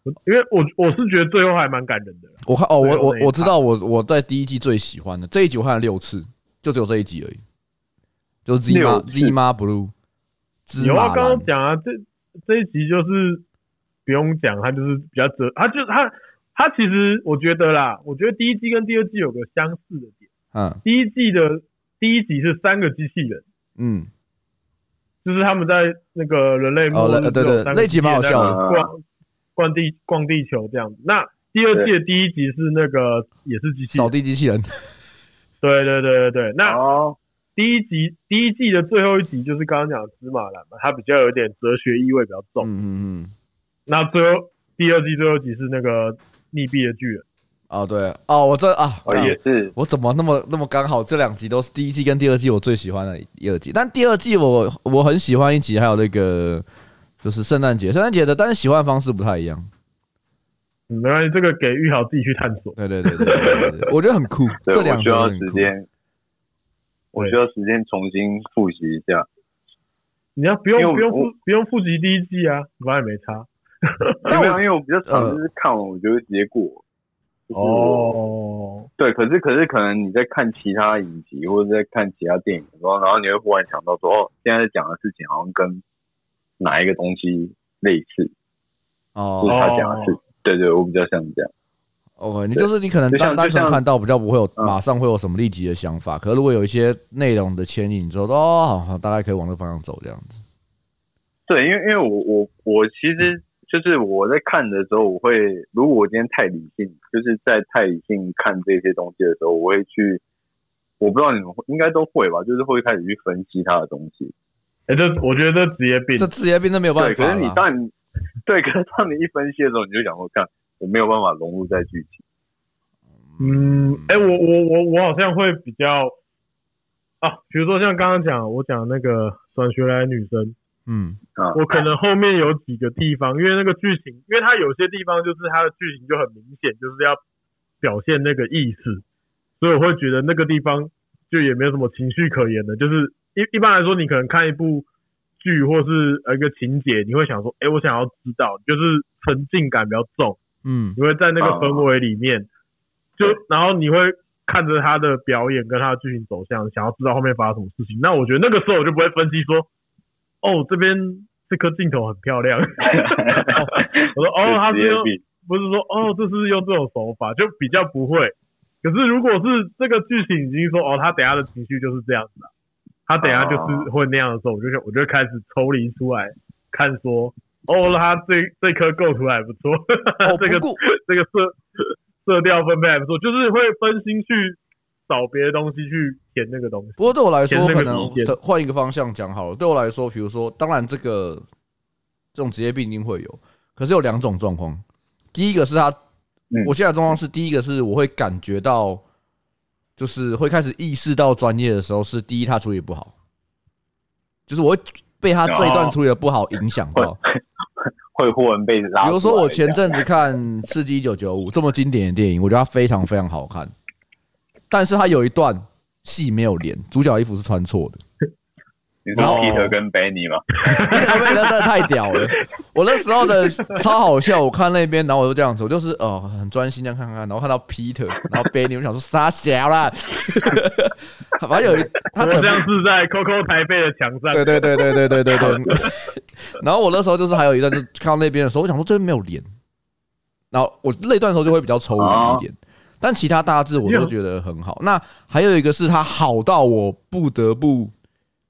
Speaker 2: 我因为我我是觉得最后还蛮感人的啦，
Speaker 1: 我看哦，
Speaker 2: 最
Speaker 1: 我
Speaker 2: 后
Speaker 1: 我
Speaker 2: 那一
Speaker 1: 我知道我我在第一季最喜欢的这一集我看了六次，就只有这一集而已，就是 Z 妈
Speaker 3: 六次
Speaker 1: Z 妈 Blue 芝
Speaker 2: 有啊，
Speaker 1: 麻
Speaker 2: 刚
Speaker 1: 蓝
Speaker 2: 刚，讲啊，这这一集就是不用讲，它就是比较折，它就是它它其实我觉得啦，我觉得第一季跟第二季有个相似的点，
Speaker 1: 嗯
Speaker 2: 第一季的第一集是三个机器人，
Speaker 1: 嗯，
Speaker 2: 就是他们在那个人类
Speaker 1: 哦
Speaker 2: 末日
Speaker 1: 那对
Speaker 2: 只有
Speaker 1: 对
Speaker 2: 三个
Speaker 1: 那集蛮好笑
Speaker 3: 的
Speaker 2: 机器人在逛逛地逛地球这样子。那第二季的第一集是那个也是机器
Speaker 1: 扫
Speaker 2: 人，
Speaker 1: 地机器人，
Speaker 2: 对对对对对。那
Speaker 3: 哦，
Speaker 2: 第一集第一季的最后一集就是刚刚讲的芝麻蓝嘛，它比较有点哲学意味比较重。
Speaker 1: 嗯嗯嗯，
Speaker 2: 那最后第二季最后一集是那个密闭的巨人，
Speaker 1: 哦对，哦我这啊，
Speaker 3: 哦也是，
Speaker 1: 我怎么那么那么刚好？这两集都是第一季跟第二季我最喜欢的一二集，但第二季我我很喜欢一集，还有那个就是圣诞节，圣诞节的，但是喜欢的方式不太一样。
Speaker 2: 嗯，没关系，这个给玉豪自己去探索。
Speaker 1: 对对对对对对对，我觉得很酷，
Speaker 3: 对
Speaker 1: 这
Speaker 3: 我
Speaker 1: 两
Speaker 3: 需
Speaker 1: 集我觉
Speaker 3: 要
Speaker 1: 得很
Speaker 3: 时
Speaker 1: 酷。
Speaker 3: 间，我需要时间重新复习一下。
Speaker 2: 你要不
Speaker 3: 因为
Speaker 2: 用
Speaker 3: 我
Speaker 2: 不用复
Speaker 3: 我
Speaker 2: 不用复习第一季啊，反正也没差。
Speaker 1: 但
Speaker 3: 没有，
Speaker 1: 我
Speaker 3: 因为我比较常
Speaker 1: 呃
Speaker 3: 就是看完我就会直接过。就是我
Speaker 2: 哦，
Speaker 3: 对，可是可是可能你在看其他影集或者在看其他电影的时候，然后你会忽然想到说，哦，现在讲的事情好像跟哪一个东西类似，就是
Speaker 1: 哦
Speaker 3: 他讲的事。对对，我比较像这样。
Speaker 1: ，OK，你就是你可能
Speaker 3: 就像
Speaker 1: 单单
Speaker 3: 就像
Speaker 1: 纯看到比较不会有
Speaker 3: 嗯
Speaker 1: 马上会有什么立即的想法，可是如果有一些内容的牵引，你就说哦，好好，大概可以往这个方向走这样子。
Speaker 3: 对，因为因为我我我其实就是我在看的时候，我会如果我今天太理性，就是在太理性看这些东西的时候，我会去，我不知道你们会应该都会吧，就是会开始去分析它的东西。
Speaker 2: 哎、这我觉得这职业病
Speaker 1: 这，职业病真没有办
Speaker 3: 嗯对，
Speaker 1: 法
Speaker 3: 可是你
Speaker 1: 啦。
Speaker 3: 当你对，可是当你一分析的时候，你就想说，看我没有办法融入在剧情。
Speaker 2: 嗯，哎、我我我我好像会比较啊，比如说像刚刚讲我讲那个转学来的女生，
Speaker 1: 嗯，
Speaker 3: 啊，
Speaker 2: 我 可能后面有几个地方，因为那个剧情，因为它有些地方就是它的剧情就很明显，就是要表现那个意思，所以我会觉得那个地方就也没有什么情绪可言的。就是一一般来说，你可能看一部剧或是呃一个情节，你会想说，哎、我想要知道，就是沉浸感比较重，
Speaker 1: 嗯
Speaker 4: 哦
Speaker 2: 你会在那个氛围里面，就然后你会看着他的表演跟他的剧情走向，想要知道后面发生什么事情。那我觉得那个时候我就不会分析说，哦，这边这颗镜头很漂亮， 我说哦，他
Speaker 3: 职
Speaker 2: 是
Speaker 3: 业
Speaker 2: 用
Speaker 3: 病，
Speaker 2: 不是说哦，这是用这种手法，就比较不会。可是如果是这个剧情已经说哦，他等一下的情绪就是这样子、啊，他等一下
Speaker 4: 哦
Speaker 2: 就是会那样的时候，我就想我就开始抽离出来看说，哦，他这这颗构图还不错，
Speaker 4: 哦，
Speaker 2: 这个
Speaker 4: 不过
Speaker 2: 这个色色调分配还不错，就是会分心去找别的东西去填那个东西。
Speaker 1: 不过对我来说，
Speaker 2: 填那
Speaker 1: 可
Speaker 2: 个
Speaker 1: 能
Speaker 2: 底线
Speaker 1: 换一个方向讲好了。对我来说，比如说，当然这个这种职业病一定会有，可是有两种状况。第一个是他，
Speaker 3: 嗯
Speaker 1: 我现在的状况是，第一个是我会感觉到，就是会开始意识到专业的时候，是第一他处理不好，就是我会被他这一段
Speaker 3: 哦
Speaker 1: 处理的不好影响 到。
Speaker 3: 会忽然被哦拉出来这样。
Speaker 1: 比如说，我前阵子看《刺激一九九五》这么经典的电影，我觉得它非常非常好看，但是它有一段戏没有连，主角衣服是穿错的。
Speaker 3: 你说
Speaker 1: 哦
Speaker 3: Peter 跟 Benny 嘛，
Speaker 1: 他们那真的太屌了！我那时候的超好笑，我看那边，然后我就这样子，我就是哦，很专心这样看看，然后看到 Peter，然后 Benny，我想说傻小啦， 反正有一他
Speaker 2: 我
Speaker 1: 整
Speaker 2: 这
Speaker 1: 部
Speaker 2: 样是在 QQ 台北的墙上，
Speaker 1: 对对对对对对对对。 然后我那时候就是还有一段，就是看到那边的时候，我想说这边没有连，然后我那段时候就会比较抽离一点，
Speaker 2: 哦
Speaker 1: 但其他大致我都觉得很好。那还有一个是它好到我不得不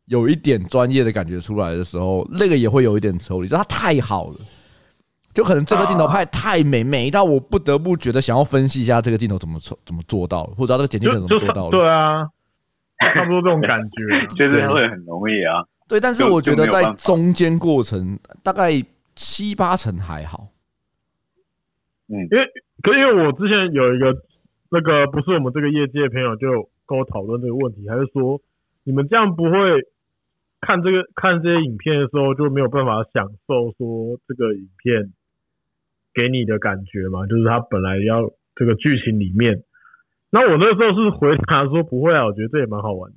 Speaker 1: 有一点专业的感觉出来的时候，那个也会有一点抽离，就它太好了。就可能这个镜头拍得太美，美到我不得不觉得想要分析一下这个镜头怎么做怎么做到的，或者它这个剪辑
Speaker 2: 就
Speaker 1: 可能怎
Speaker 2: 就
Speaker 1: 么做到的。
Speaker 2: 对啊，差不多这种感觉啊、
Speaker 3: 就是会很容易啊。
Speaker 1: 对，但是
Speaker 3: 就
Speaker 1: 我觉得
Speaker 3: 就没有
Speaker 1: 在
Speaker 3: 办法
Speaker 1: 中间过程大概七八成还好。
Speaker 2: 可因为我之前有一个那个不是我们这个业界的朋友就跟我讨论这个问题，他就说你们这样不会看这个看这些影片的时候就没有办法享受说这个影片给你的感觉嘛？就是他本来要这个剧情里面。那我那时候是回答说不会啊，我觉得这也蛮好玩的。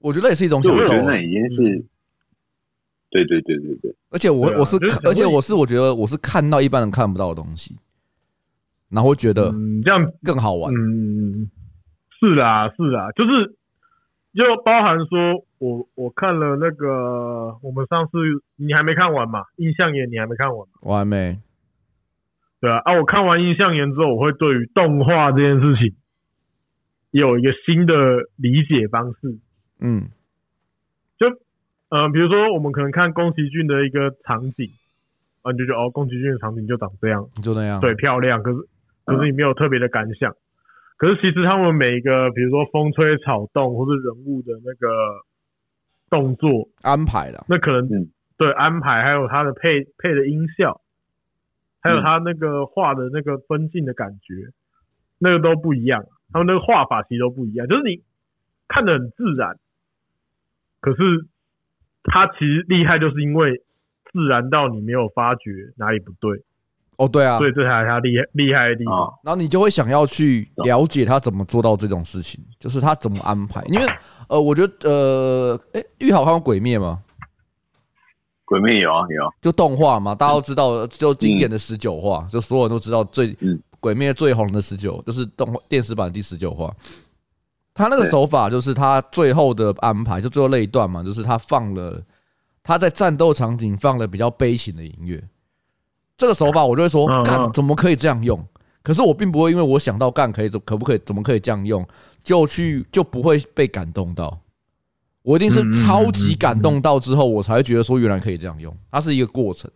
Speaker 1: 我觉得也是一种
Speaker 3: 就
Speaker 1: 享
Speaker 3: 我觉
Speaker 1: 受
Speaker 3: 得
Speaker 1: 啊
Speaker 3: 那，已经是，对对对对对，
Speaker 1: 而且我
Speaker 2: 对啊
Speaker 1: 我是
Speaker 2: 就是
Speaker 1: 看
Speaker 2: 想
Speaker 1: 而且
Speaker 2: 问
Speaker 1: 我是我觉得我是看到一般人看不到的东西，然后会觉得
Speaker 2: 嗯，这样
Speaker 1: 更好玩。
Speaker 2: 嗯，是啦，是啦，就是就包含说我我看了那个，我们上次你还没看完嘛，《印象岩》你还没看完嘛？
Speaker 1: 我还没，
Speaker 2: 对啊，啊，我看完《印象岩》之后，我会对于动画这件事情有一个新的理解方式。
Speaker 1: 嗯，
Speaker 2: 嗯、比如说我们可能看宫崎骏的一个场景，啊，你就觉得哦，宫崎骏的场景就长这样，
Speaker 1: 就那样。
Speaker 2: 对，漂亮，可是可是你没有特别的感想。可是其实他们每一个，比如说风吹草动，或是人物的那个动作，
Speaker 1: 安排了。
Speaker 2: 那可能、
Speaker 3: 嗯
Speaker 2: 对安排，还有它的配配的音效，还有
Speaker 3: 嗯
Speaker 2: 它那个画的那个分镜的感觉，那个都不一样。他们那个画法其实都不一样，就是你看得很自然，可是它其实厉害，就是因为自然到你没有发觉哪里不对，
Speaker 1: 哦，对啊
Speaker 2: 所，以这才是它厉害厉害的地方。
Speaker 3: 啊，
Speaker 1: 然后你就会想要去了解他怎么做到这种事情，就是他怎么安排。因为呃，我觉得呃，哎，玉好看过《鬼灭》吗？
Speaker 3: 鬼灭有啊有啊，
Speaker 1: 就动画嘛，大家都知道，就经典的
Speaker 2: 嗯
Speaker 1: 十九话，就所有人都知道最
Speaker 3: 嗯
Speaker 1: 《鬼灭》最红的十九，就是动画电视版第十九话。他那个手法就是他最后的安排，就最后那一段嘛，就是他放了他在战斗场景放了比较悲情的音乐。这个手法我就会说
Speaker 2: 嗯，嗯
Speaker 1: 干怎么可以这样用？可是我并不会因为我想到干可以怎可不可以怎么可以这样用，就去就不会被感动到。我一定是
Speaker 2: 嗯嗯嗯
Speaker 1: 超级感动到之后，我才会觉得说原来可以这样用，它是一个过程。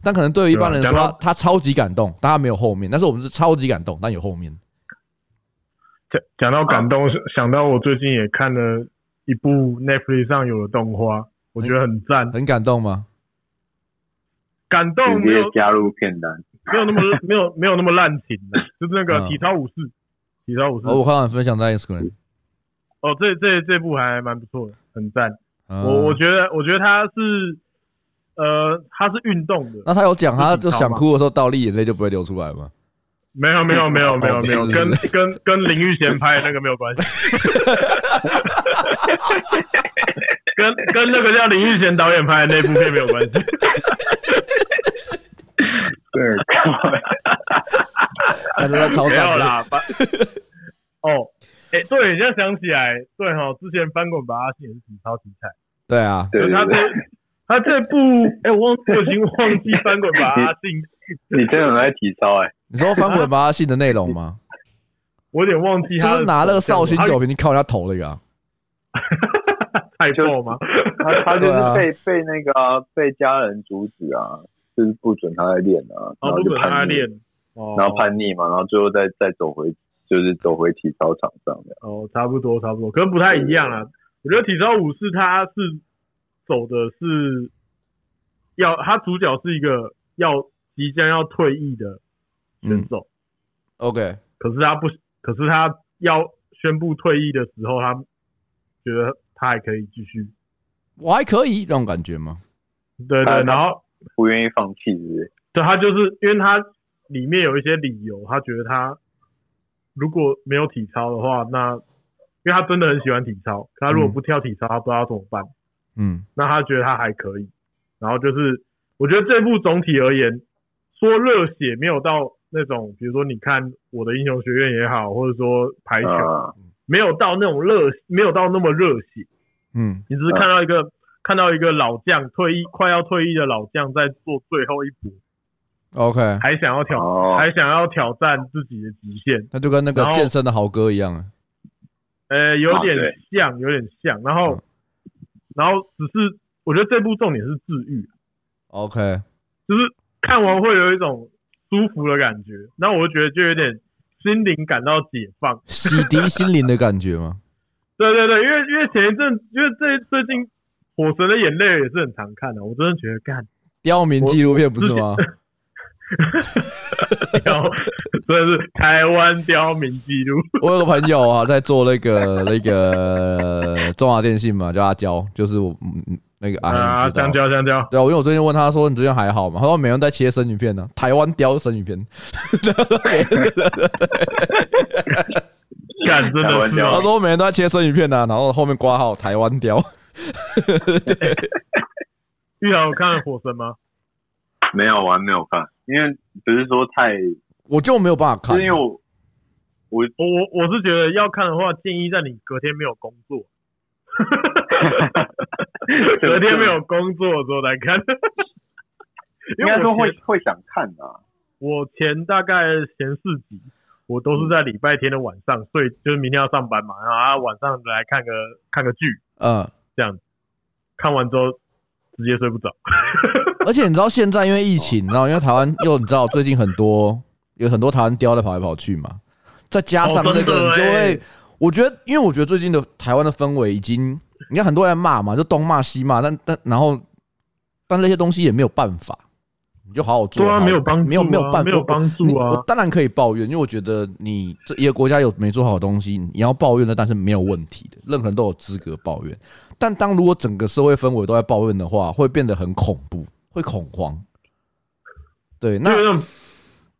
Speaker 1: 但可能对于一般人来说，
Speaker 2: 对啊
Speaker 1: 他
Speaker 2: 讲到
Speaker 1: 他超级感动，但他没有后面。但是我们是超级感动，但有后面。
Speaker 2: 讲讲到感动，想想到我最近也看了一部 Netflix 上有的动画，我觉得很赞，
Speaker 1: 很感动吗？
Speaker 2: 感动
Speaker 3: 直
Speaker 2: 没
Speaker 3: 接
Speaker 2: 有
Speaker 3: 加入片单，
Speaker 2: 没有那么 没有没有那么滥情的，就是那个
Speaker 1: 嗯
Speaker 2: 体操武士，体操武士
Speaker 1: 哦，我看到你分享在 Instagram，
Speaker 2: 哦，这这这部还蛮不错的，很赞。
Speaker 1: 嗯
Speaker 2: 我我觉得我觉得他是呃他是运动的，
Speaker 1: 那他有讲，他就
Speaker 2: 自己
Speaker 1: 想
Speaker 2: 挑吗
Speaker 1: 哭的时候倒立，眼泪就不会流出来 吗？
Speaker 2: 没有没有没有没有
Speaker 1: 哦
Speaker 2: 没有，
Speaker 1: 是
Speaker 2: 跟跟跟林玉贤拍的那个没有关系， 跟跟那个叫林玉贤导演拍的那部片没有关系。
Speaker 3: 对，
Speaker 1: 感觉他超
Speaker 2: 没有
Speaker 1: 感动。
Speaker 2: 啦，反哦，哎、对，你现在想起来，对哈，之前翻滚吧阿信也是体操题材，
Speaker 1: 对啊，
Speaker 3: 对
Speaker 2: 可是他
Speaker 3: 对
Speaker 2: 这
Speaker 3: 对，
Speaker 2: 他这部，哎、我忘我已经忘记翻滚吧阿信，
Speaker 3: 你真的很爱体操哎、
Speaker 1: 你说翻滚吧阿信的内容 吗？
Speaker 2: 我有点忘记
Speaker 1: 就
Speaker 2: 他
Speaker 1: 是拿那个绍兴酒
Speaker 2: 酒
Speaker 1: 瓶去敲人家头那个啊，
Speaker 2: 太爆吗？
Speaker 3: 他他就是
Speaker 1: 对啊
Speaker 3: 被、被那个啊、被家人阻止啊，就是不准他来练
Speaker 1: 哦
Speaker 3: 啊，
Speaker 2: 然后
Speaker 3: 然后
Speaker 2: 不
Speaker 3: 就
Speaker 2: 准他
Speaker 3: 叛逆，
Speaker 2: 练，哦，
Speaker 3: 然后叛逆嘛，然后最后再再走回就是走回体操场上的。
Speaker 2: 哦，差不多差不多，可能不太一样啊。我觉得体操舞是它是走的是要，它主角是一个要即将要退役的选
Speaker 1: 嗯
Speaker 2: 手，
Speaker 1: ，OK，
Speaker 2: 可是他不，可是他要宣布退役的时候，他觉得他还可以继续，
Speaker 1: 我还可以那种感觉吗？
Speaker 2: 对
Speaker 3: 他
Speaker 2: 对，然后
Speaker 3: 不愿意放弃，是不是？
Speaker 2: 对他就是因为他里面有一些理由，他觉得他如果没有体操的话，那因为他真的很喜欢体操，可他如果
Speaker 1: 嗯
Speaker 2: 不跳体操，他不知道怎么办。
Speaker 1: 嗯，
Speaker 2: 那他觉得他还可以。然后就是，我觉得这部总体而言，说热血没有到那种，比如说你看《我的英雄学院》也好，或者说排球，
Speaker 3: 啊，
Speaker 2: 没有到那种热，没有到那么热血。
Speaker 1: 嗯，
Speaker 2: 你只是看到一个、看到一个老将退役，快要退役的老将在做最后一搏，
Speaker 1: OK，
Speaker 2: 还想要挑，
Speaker 3: 哦，
Speaker 2: 还想要挑战自己的极限。
Speaker 1: 那就跟那个
Speaker 2: 然后
Speaker 1: 健身的豪哥一样啊。
Speaker 2: 呃，有
Speaker 3: 啊
Speaker 2: 点
Speaker 3: 对嗯
Speaker 2: 像，有点像。然后，然后只是我觉得这部重点是治愈，啊
Speaker 1: OK，
Speaker 2: 就是看完会有一种舒服的感觉，然后我就觉得就有点心灵感到解放。
Speaker 1: 洗涤心灵的感觉吗？
Speaker 2: 对对对，因为因为前一阵，因为最最近《火神的眼泪》也是很常看啊的、我真的觉得干
Speaker 1: 刁民纪录片不是吗？啊
Speaker 2: 刁，真的是台湾刁民记录。
Speaker 1: 我有个朋友啊，在做那个那个中华电信嘛，叫阿娇，就是我嗯嗯那个阿
Speaker 2: 啊，
Speaker 1: 知道
Speaker 2: 香。蕉香蕉，
Speaker 1: 对啊，因为我最近问他说你最近还好吗？他说每天在切生鱼片呢、啊台湾雕生鱼片。
Speaker 2: 干真
Speaker 3: 台
Speaker 2: 的
Speaker 3: 湾
Speaker 2: 是
Speaker 3: 刁
Speaker 1: 他
Speaker 2: 哦，
Speaker 1: 说每天都在切生鱼片呢、啊然后后面挂号台湾雕。
Speaker 2: 玉豪有看了《火神》吗？
Speaker 3: 没有玩，没有看，因为不是说太，是
Speaker 1: 我就没有办法看
Speaker 3: 因，为我我
Speaker 2: 我我我是觉得要看的话，建议在你隔天没有工 作， 隔天没有工作的时候来看。
Speaker 3: 应该说
Speaker 2: 因为我觉
Speaker 3: 会
Speaker 2: 得
Speaker 3: 会想看啊，
Speaker 2: 我前大概前四集，我都是在礼拜天的晚上，所以就是明天要上班嘛，然后啊晚上来看个看个剧，
Speaker 1: 嗯，
Speaker 2: 这样子看完之后直接睡不着。
Speaker 1: 而且你知道现在因为疫情，然后因为台湾又你知道最近很多有很多台湾雕在跑来跑去嘛，再加上那个
Speaker 2: 哦
Speaker 1: 你
Speaker 2: 真的
Speaker 1: 就
Speaker 2: 欸
Speaker 1: 会，我觉得因为我觉得最近的台湾的氛围已经，你看很多人在骂嘛，就东骂西骂，但但然后但那些东西也没有办法，你就好好做
Speaker 2: 对
Speaker 1: 好，
Speaker 2: 啊没有帮助啊
Speaker 1: 没有没有办
Speaker 2: 没有帮助啊
Speaker 1: 我我当然可以抱怨，因为我觉得你这一个国家有没做好的东西，你要抱怨的，但是没有问题的，任何人都有资格抱怨。但当如果整个社会氛围都在抱怨的话，会变得很恐怖，会恐慌。对，那
Speaker 2: 就是那种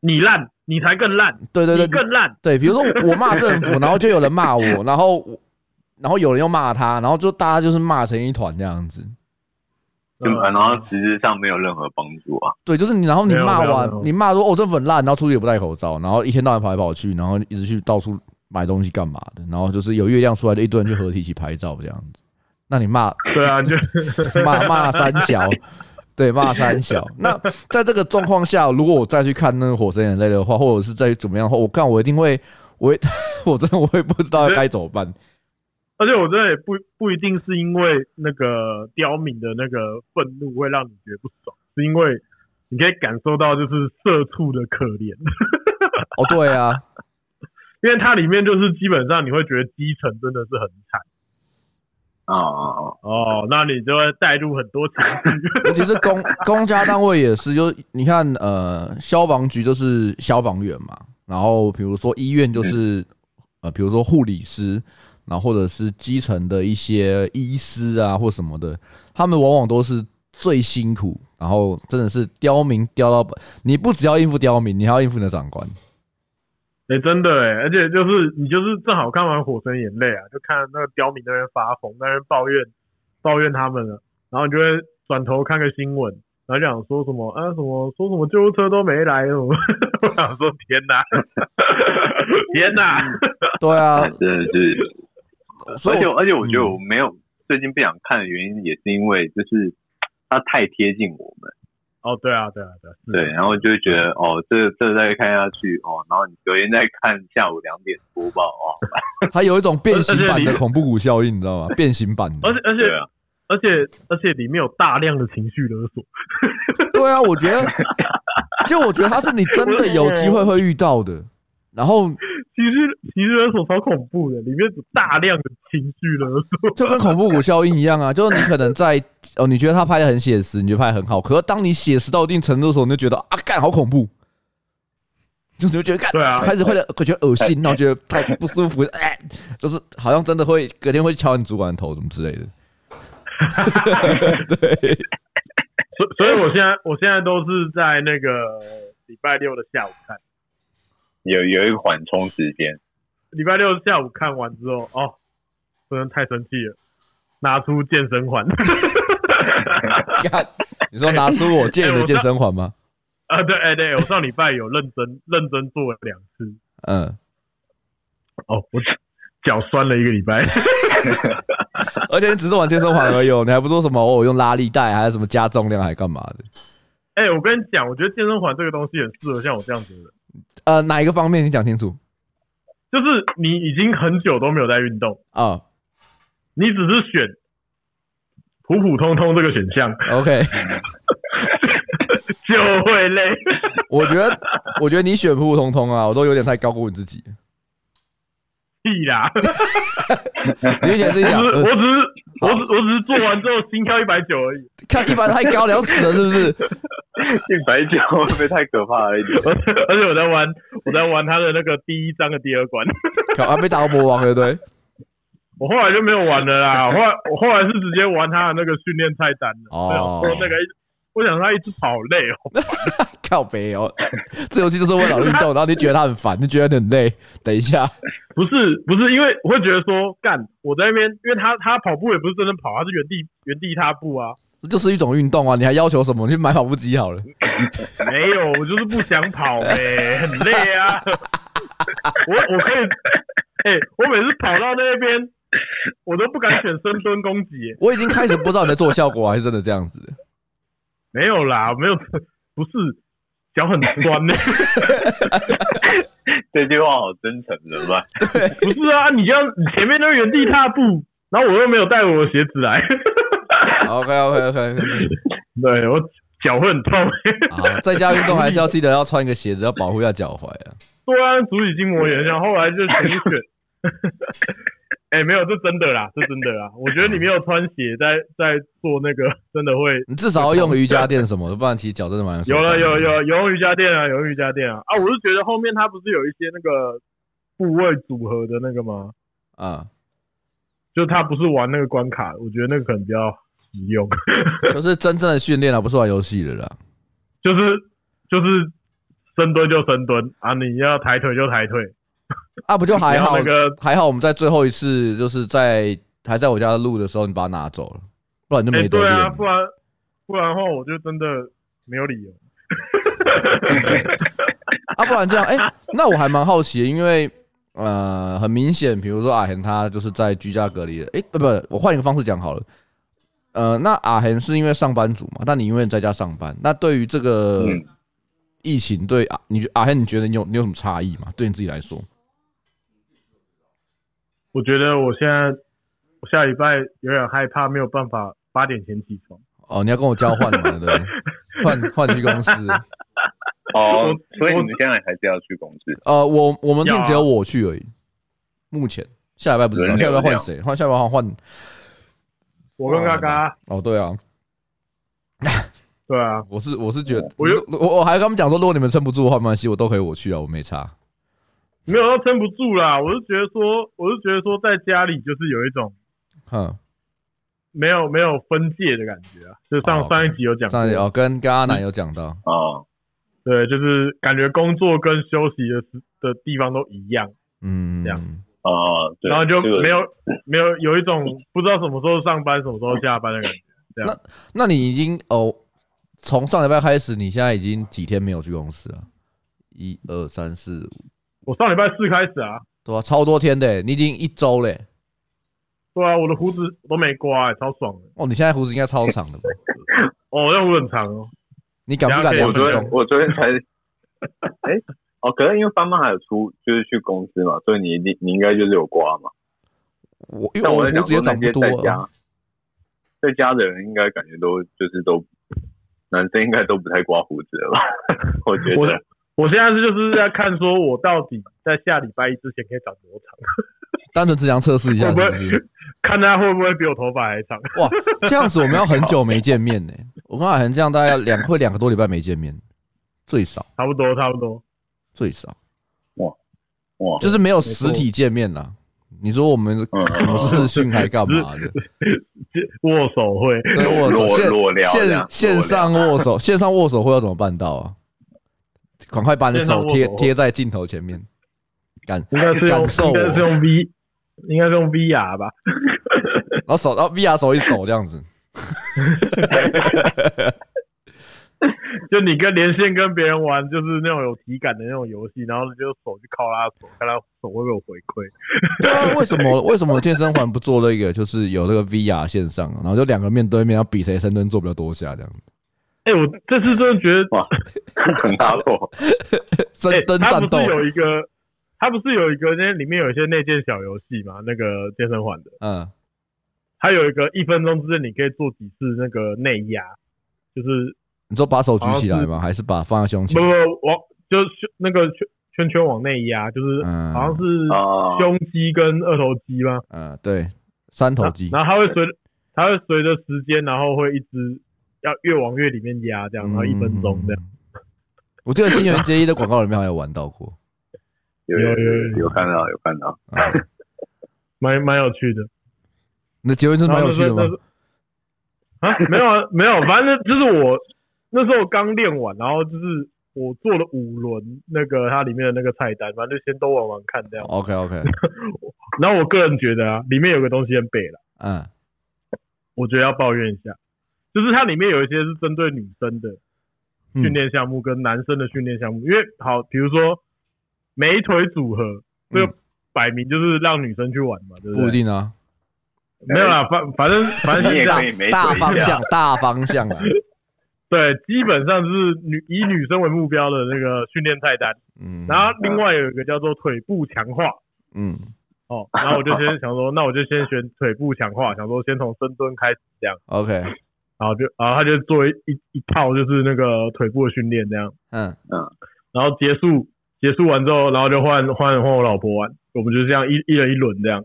Speaker 2: 你烂，你才更烂，
Speaker 1: 对对对，
Speaker 2: 你更烂。
Speaker 1: 对，比如说我骂政府，然后就有人骂我，然后我然后有人又骂他，然后就大家就是骂成一团这样子。
Speaker 3: 就
Speaker 2: 嗯
Speaker 3: 然后实质上没有任何帮助啊，
Speaker 1: 对，就是你，然后你
Speaker 2: 没有
Speaker 1: 骂
Speaker 2: 没有
Speaker 1: 完
Speaker 2: 没有，
Speaker 1: 你骂说哦政府很烂，然后出去也不戴口罩，然后一天到晚跑来跑去，然后一直去到处买东西干嘛的，然后就是有月亮出来的一堆人去合体一起拍照这样子。那你骂
Speaker 2: 对啊，就
Speaker 1: 骂骂三小，对，骂三小。那在这个状况下，如果我再去看那个《火神眼泪》的话，或者是再怎么样的话，我看我一定会，我会我真的我也不知道该怎么办。
Speaker 2: 而且我觉得也不不一定是因为那个刁民的那个愤怒会让你觉得不爽，是因为你可以感受到就是社畜的可怜。
Speaker 1: 哦，对啊，
Speaker 2: 因为它里面就是基本上你会觉得基层真的是很惨
Speaker 3: 啊啊啊，
Speaker 2: 哦，那你就会带入很多情绪。
Speaker 1: 尤其是公公家单位也是，就是你看，呃，消防局就是消防员嘛，然后比如说医院就是，呃，比如说护理师，然后或者是基层的一些医师啊或什么的，他们往往都是最辛苦，然后真的是刁民刁到，你不只要应付刁民，你还要应付你的长官。
Speaker 2: 哎、真的哎、而且就是你就是正好看完《火神眼泪》啊，就看那个刁民那边发疯，那边抱怨抱怨他们了，然后你就会转头看个新闻，然后讲说什 么啊什么说什么救护车都没来什么，我想说天哪， 天哪！
Speaker 3: 嗯
Speaker 1: 对 啊，
Speaker 3: 真的是。
Speaker 1: 所
Speaker 3: 而
Speaker 1: 以
Speaker 3: 且
Speaker 1: 我
Speaker 3: 而且我觉得
Speaker 1: 嗯
Speaker 3: 我没有、最近不想看的原因，也是因为就是它太贴近我们，
Speaker 2: 哦，对啊，对啊，对啊，是
Speaker 3: 对，然后就会觉得哦，这这再看下去哦，然后你隔天再看下午两点播报哦，
Speaker 1: 它有一种变形
Speaker 2: 而且
Speaker 1: 版
Speaker 2: 你
Speaker 1: 的恐怖谷效应，你知道吗？变形版的，
Speaker 2: 而且而且
Speaker 3: 对啊，
Speaker 2: 而且而且里面有大量的情绪勒索，
Speaker 1: 对啊，我觉 得，就我觉得它是你真的有机会会遇到的。然后
Speaker 2: 其实其实勒索超恐怖的，里面有大量的情绪勒索。
Speaker 1: 就跟恐怖谷效应一样啊，就是你可能在哦，你觉得他拍的很写实，你觉得拍得很好，可是当你写实到一定程度的时候，你就觉得啊，干好恐怖，就你就觉得干，
Speaker 2: 对啊哎
Speaker 1: 开始会会觉得恶心，然后觉得太不舒服， 哎，就是好像真的会隔天会敲你主管的头，什么之类的。
Speaker 2: 所所以，我现在我现在都是在那个礼拜六的下午看，
Speaker 3: 有有一个缓冲时间，
Speaker 2: 礼拜六下午看完之后，哦，真的太生气了，拿出健身环。
Speaker 1: 干，你说拿出我借你的健身环吗？
Speaker 2: 啊，对，哎、对，我上礼拜有认真认真做了两次，
Speaker 1: 嗯，
Speaker 2: 哦，我脚酸了一个礼拜。
Speaker 1: 而且你只是玩健身环而已哦，你还不做什么哦，我用拉力带还是什么加重量还干嘛的？
Speaker 2: 哎、我跟你讲，我觉得健身环这个东西很适合像我这样子的人，
Speaker 1: 呃，哪一个方面你讲清楚
Speaker 2: 就是你已经很久都没有在运动，
Speaker 1: 啊
Speaker 2: 你只是选普普通通这个选项
Speaker 1: ？OK。
Speaker 2: 就会累。
Speaker 1: 我觉得，我觉得你选普普通通啊，我都有点太高估你自己。
Speaker 2: 屁啦！
Speaker 1: 你选自己
Speaker 2: 我只
Speaker 1: 讲，
Speaker 2: 是
Speaker 1: 呃
Speaker 2: 我只是我只我只是做完之后心跳一百九而已，
Speaker 1: 看一般太高了，你要死了是不是？
Speaker 3: 一百九会不会太可怕了一点？
Speaker 2: 而且而且我在玩我在玩他的那个第一章的第二关，
Speaker 1: 靠，啊还被打到魔王了，对不对？
Speaker 2: 我后来就没有玩了啦。我后来我后来是直接玩他的那个训练菜单了。
Speaker 1: 哦
Speaker 2: 我想说那个一，我想他一直跑累哦。
Speaker 1: 靠北哦，这游戏就是为了运动，然后你觉得它很烦，你觉得很累。等一下，
Speaker 2: 不是不是，因为我会觉得说干我在那边，因为他他跑步也不是真的跑，他是原地原地踏步啊。
Speaker 1: 这就是一种运动啊！你还要求什么？你去买跑步机好了。
Speaker 2: 没有，我就是不想跑哎、 很累啊。我我可以， 哎、我每次跑到那边，我都不敢选深蹲攻击、欸。
Speaker 1: 我已经开始不知道你在做效果还是真的这样子。
Speaker 2: 没有啦，没有，不是脚很酸呢、
Speaker 3: 这句话好真诚，怎么办？
Speaker 2: 不是啊，你这样你前面都原地踏步，然后我又没有带我的鞋子来，
Speaker 1: OK OK OK，
Speaker 2: 对我脚会很痛、
Speaker 1: 好，啊在家运动还是要记得要穿一个鞋子，要保护一下脚踝啊。
Speaker 2: 多安足底筋膜炎，然后后来就全选。 哎、没有，这真的啦，这真的啦。我觉得你没有穿鞋在在做那个，真的会
Speaker 1: 你至少要用瑜伽 垫什么的，不然其实脚真的蛮
Speaker 2: 有了有
Speaker 1: 有
Speaker 2: 有有瑜伽垫啊，有瑜伽垫啊啊！我是觉得后面它不是有一些那个部位组合的那个吗？
Speaker 1: 啊，
Speaker 2: 就它不是玩那个关卡，我觉得那个可能比较实用，
Speaker 1: 就是真正的训练啊，不是玩游戏的啦。
Speaker 2: 就是就是深蹲就深蹲啊，你要抬腿就抬腿，
Speaker 1: 啊，不就还好？
Speaker 2: 然后那个
Speaker 1: 还好我们在最后一次就是在还在我家录的时候，你把它拿走了，不然就
Speaker 2: 哎、
Speaker 1: 没得
Speaker 2: 对
Speaker 1: 练
Speaker 2: 啊，
Speaker 1: 了。
Speaker 2: 不然不然的话，我就真的没有理由。
Speaker 1: 啊，不然这样，哎、那我还蛮好奇的，因为呃，很明显，比如说阿恒他就是在居家隔离的，哎、不不，我换一个方式讲好了。呃，那阿恒是因为上班族嘛，那你因为在家上班，那对于这个
Speaker 3: 嗯
Speaker 1: 疫情，对啊，你阿恒你觉得你有你有什么差异吗？对你自己来说，
Speaker 2: 我觉得我现在我下礼拜有点害怕，没有办法八点前起床。
Speaker 1: 哦，你要跟我交换了嘛，对不对？换换去公司，
Speaker 3: 哦
Speaker 2: 我，
Speaker 3: 所以
Speaker 2: 我
Speaker 3: 你们现在还是要去公司，
Speaker 1: 呃，我我们
Speaker 2: 要
Speaker 1: 店
Speaker 2: 啊
Speaker 1: 只有我去而已，目前下礼拜不知道，
Speaker 3: 轮
Speaker 1: 下礼
Speaker 3: 流
Speaker 1: 拜换
Speaker 3: 这样
Speaker 1: 谁？换下礼拜换换
Speaker 2: 我跟嘎嘎，
Speaker 1: 哦，对啊，
Speaker 2: 对啊，
Speaker 1: 我是我是
Speaker 3: 哦
Speaker 1: 觉得，
Speaker 2: 我
Speaker 1: 我
Speaker 2: 又
Speaker 1: 我我还跟他们讲说，如果你们撑不住的话，没关系，我都可以我去啊，我没差。
Speaker 2: 没有，都撑不住啦。我是觉得说，我是觉得说，在家里就是有一种
Speaker 1: 哼，
Speaker 2: 没有没有分界的感觉啊。就上、
Speaker 1: 哦
Speaker 2: 上一集有讲过，
Speaker 1: 上一集哦，跟跟阿
Speaker 3: 嗯
Speaker 1: 南有讲到，
Speaker 3: 哦，
Speaker 2: 对，就是感觉工作跟休息的时的地方都一样，
Speaker 1: 嗯
Speaker 2: 这样，
Speaker 3: 哦，对，
Speaker 2: 然后就
Speaker 3: 这个
Speaker 2: 没有、没有有一种不知道什么时候上班、什么时候下班的感觉。
Speaker 1: 那你已经哦，从上礼拜开始，你现在已经几天没有去公司了？一二三四五，
Speaker 2: 我上礼拜四开始啊，
Speaker 1: 对吧、超多天的欸，你已经一周嘞。
Speaker 2: 对啊，我的胡子都没刮、欸，超爽的。
Speaker 1: 哦，你现在胡子应该超长的吧？
Speaker 2: 哦，那胡子很长哦。
Speaker 1: 你敢不敢
Speaker 2: 等
Speaker 1: 两
Speaker 2: 一
Speaker 3: 啊我
Speaker 1: 分
Speaker 2: 下
Speaker 3: 昨
Speaker 2: 可以
Speaker 3: 天
Speaker 1: 钟？
Speaker 3: 我昨天才， 哎、哦，可能因为翻妈还有出，就是去公司嘛，所以你一定你应该就是有刮嘛。
Speaker 1: 我因为
Speaker 3: 但
Speaker 1: 我
Speaker 3: 在
Speaker 1: 胡
Speaker 3: 想
Speaker 1: 子也
Speaker 3: 说那
Speaker 1: 长不
Speaker 3: 些
Speaker 1: 多
Speaker 3: 在
Speaker 1: 啊
Speaker 3: 家，在家的人应该感觉都就是都男生应该都不太刮胡子了吧？ 我觉
Speaker 2: 我
Speaker 3: 得
Speaker 2: 我现在是就是在看，说我到底在下礼拜一之前可以长多长，
Speaker 1: 单纯只想测试一下
Speaker 2: 会不
Speaker 1: 是
Speaker 2: 会
Speaker 1: 不是？
Speaker 2: 看他会不会比我头发还长。
Speaker 1: 哇，这样子我们要很久没见面呢、我跟阿恒这样大概两会两个多礼拜没见面，最少
Speaker 2: 差不多，差不多。
Speaker 1: 最少
Speaker 2: 哦
Speaker 3: 哇，
Speaker 1: 就是没有实体见面啦。你说我们
Speaker 3: 嗯
Speaker 1: 什么视讯还干嘛 的？
Speaker 2: 握手会，
Speaker 1: 对，握手
Speaker 3: 裸
Speaker 1: 线
Speaker 3: 裸聊这
Speaker 1: 线
Speaker 3: 样
Speaker 1: 线上握 手，线上握手会要怎么办到啊？赶快把你的手贴
Speaker 2: 线上握手会
Speaker 1: 贴在镜头前面，感
Speaker 2: 应该是用
Speaker 1: 感受
Speaker 2: 应
Speaker 1: 我，
Speaker 2: 该是
Speaker 1: 然
Speaker 2: 用 V，应该是用 VR 吧？
Speaker 1: 后手然后 VR 手一直抖这样子，
Speaker 2: 就你跟连线跟别人玩，就是那种有体感的那种游戏，然后你就手去靠他的手，看他手会不会有回馈。
Speaker 1: 对啊，为什 么为什么健身环不做那个就是有那个 VR 线上，啊然后就两个面对面，要比谁深蹲做比较多下这样，
Speaker 2: 哎、我这次真的 觉得，
Speaker 3: 哇，很大落，
Speaker 1: 深
Speaker 2: 哎、
Speaker 1: 蹲
Speaker 2: 他
Speaker 1: 战
Speaker 2: 不
Speaker 1: 斗
Speaker 2: 是，有一个，他不是有一个那里面有一些内建小游戏嘛？那个健身环的，
Speaker 1: 嗯，
Speaker 2: 它有一个一分钟之内你可以做几次那个内压，就是
Speaker 1: 你说把手举起来吗？还是把放在胸前
Speaker 2: 不？不往就是那个圈圈圈往内压，就是
Speaker 1: 嗯
Speaker 2: 好像是
Speaker 3: 哦
Speaker 2: 胸肌跟二头肌吗？
Speaker 1: 嗯，对，三头肌，
Speaker 2: 然后它会随它会随着时间，然后会一直要越往越里面压，这样，然后一分钟这样。
Speaker 1: 嗯。我记得新垣结衣的广告里面好像有玩到过，
Speaker 3: 有
Speaker 2: 有有有
Speaker 3: 有有看到有看到，
Speaker 1: 嗯
Speaker 2: 蛮蛮有趣的，
Speaker 1: 你的结婚是
Speaker 2: 然
Speaker 1: 蛮
Speaker 2: 后
Speaker 1: 有
Speaker 2: 那
Speaker 1: 趣
Speaker 2: 时
Speaker 1: 的
Speaker 2: 候
Speaker 1: 吗
Speaker 2: 那？时候啊，没有啊，没有，反正就是我那时候刚练完，然后就是我做了五轮那个它里面的那个菜单，反正就先都玩玩看这样。
Speaker 1: OK OK，
Speaker 2: 然后我个人觉得啊，里面有个东西很北了，
Speaker 1: 嗯，
Speaker 2: 我觉得要抱怨一下，就是它里面有一些是针对女生的，
Speaker 1: 嗯
Speaker 2: 训练项目跟男生的训练项目，因为好，比如说美腿组合，这个摆明就是让女生去玩嘛，对
Speaker 1: 嗯不
Speaker 2: 对
Speaker 1: 一？定哎啊，
Speaker 2: 没有啦，反 反正反正
Speaker 3: 你也
Speaker 1: 大
Speaker 3: 可以没
Speaker 1: 大
Speaker 3: 腿一
Speaker 1: 方
Speaker 3: 下
Speaker 1: 向，大方向啊，
Speaker 2: 对，基本上是女以女生为目标的那个训练菜单，
Speaker 1: 嗯，
Speaker 2: 然后另外有一个叫做腿部强化。
Speaker 1: 嗯，
Speaker 2: 哦，然后我就 先想说，那我就先选腿部强化，想说先从深蹲开始这样，
Speaker 1: OK，
Speaker 2: 然后就然后他就做一一一套就是那个腿部的训练这样，
Speaker 1: 嗯，
Speaker 2: 然后结束结束完之后，然后就换换换我老婆玩，我们就这样一一人一轮这样，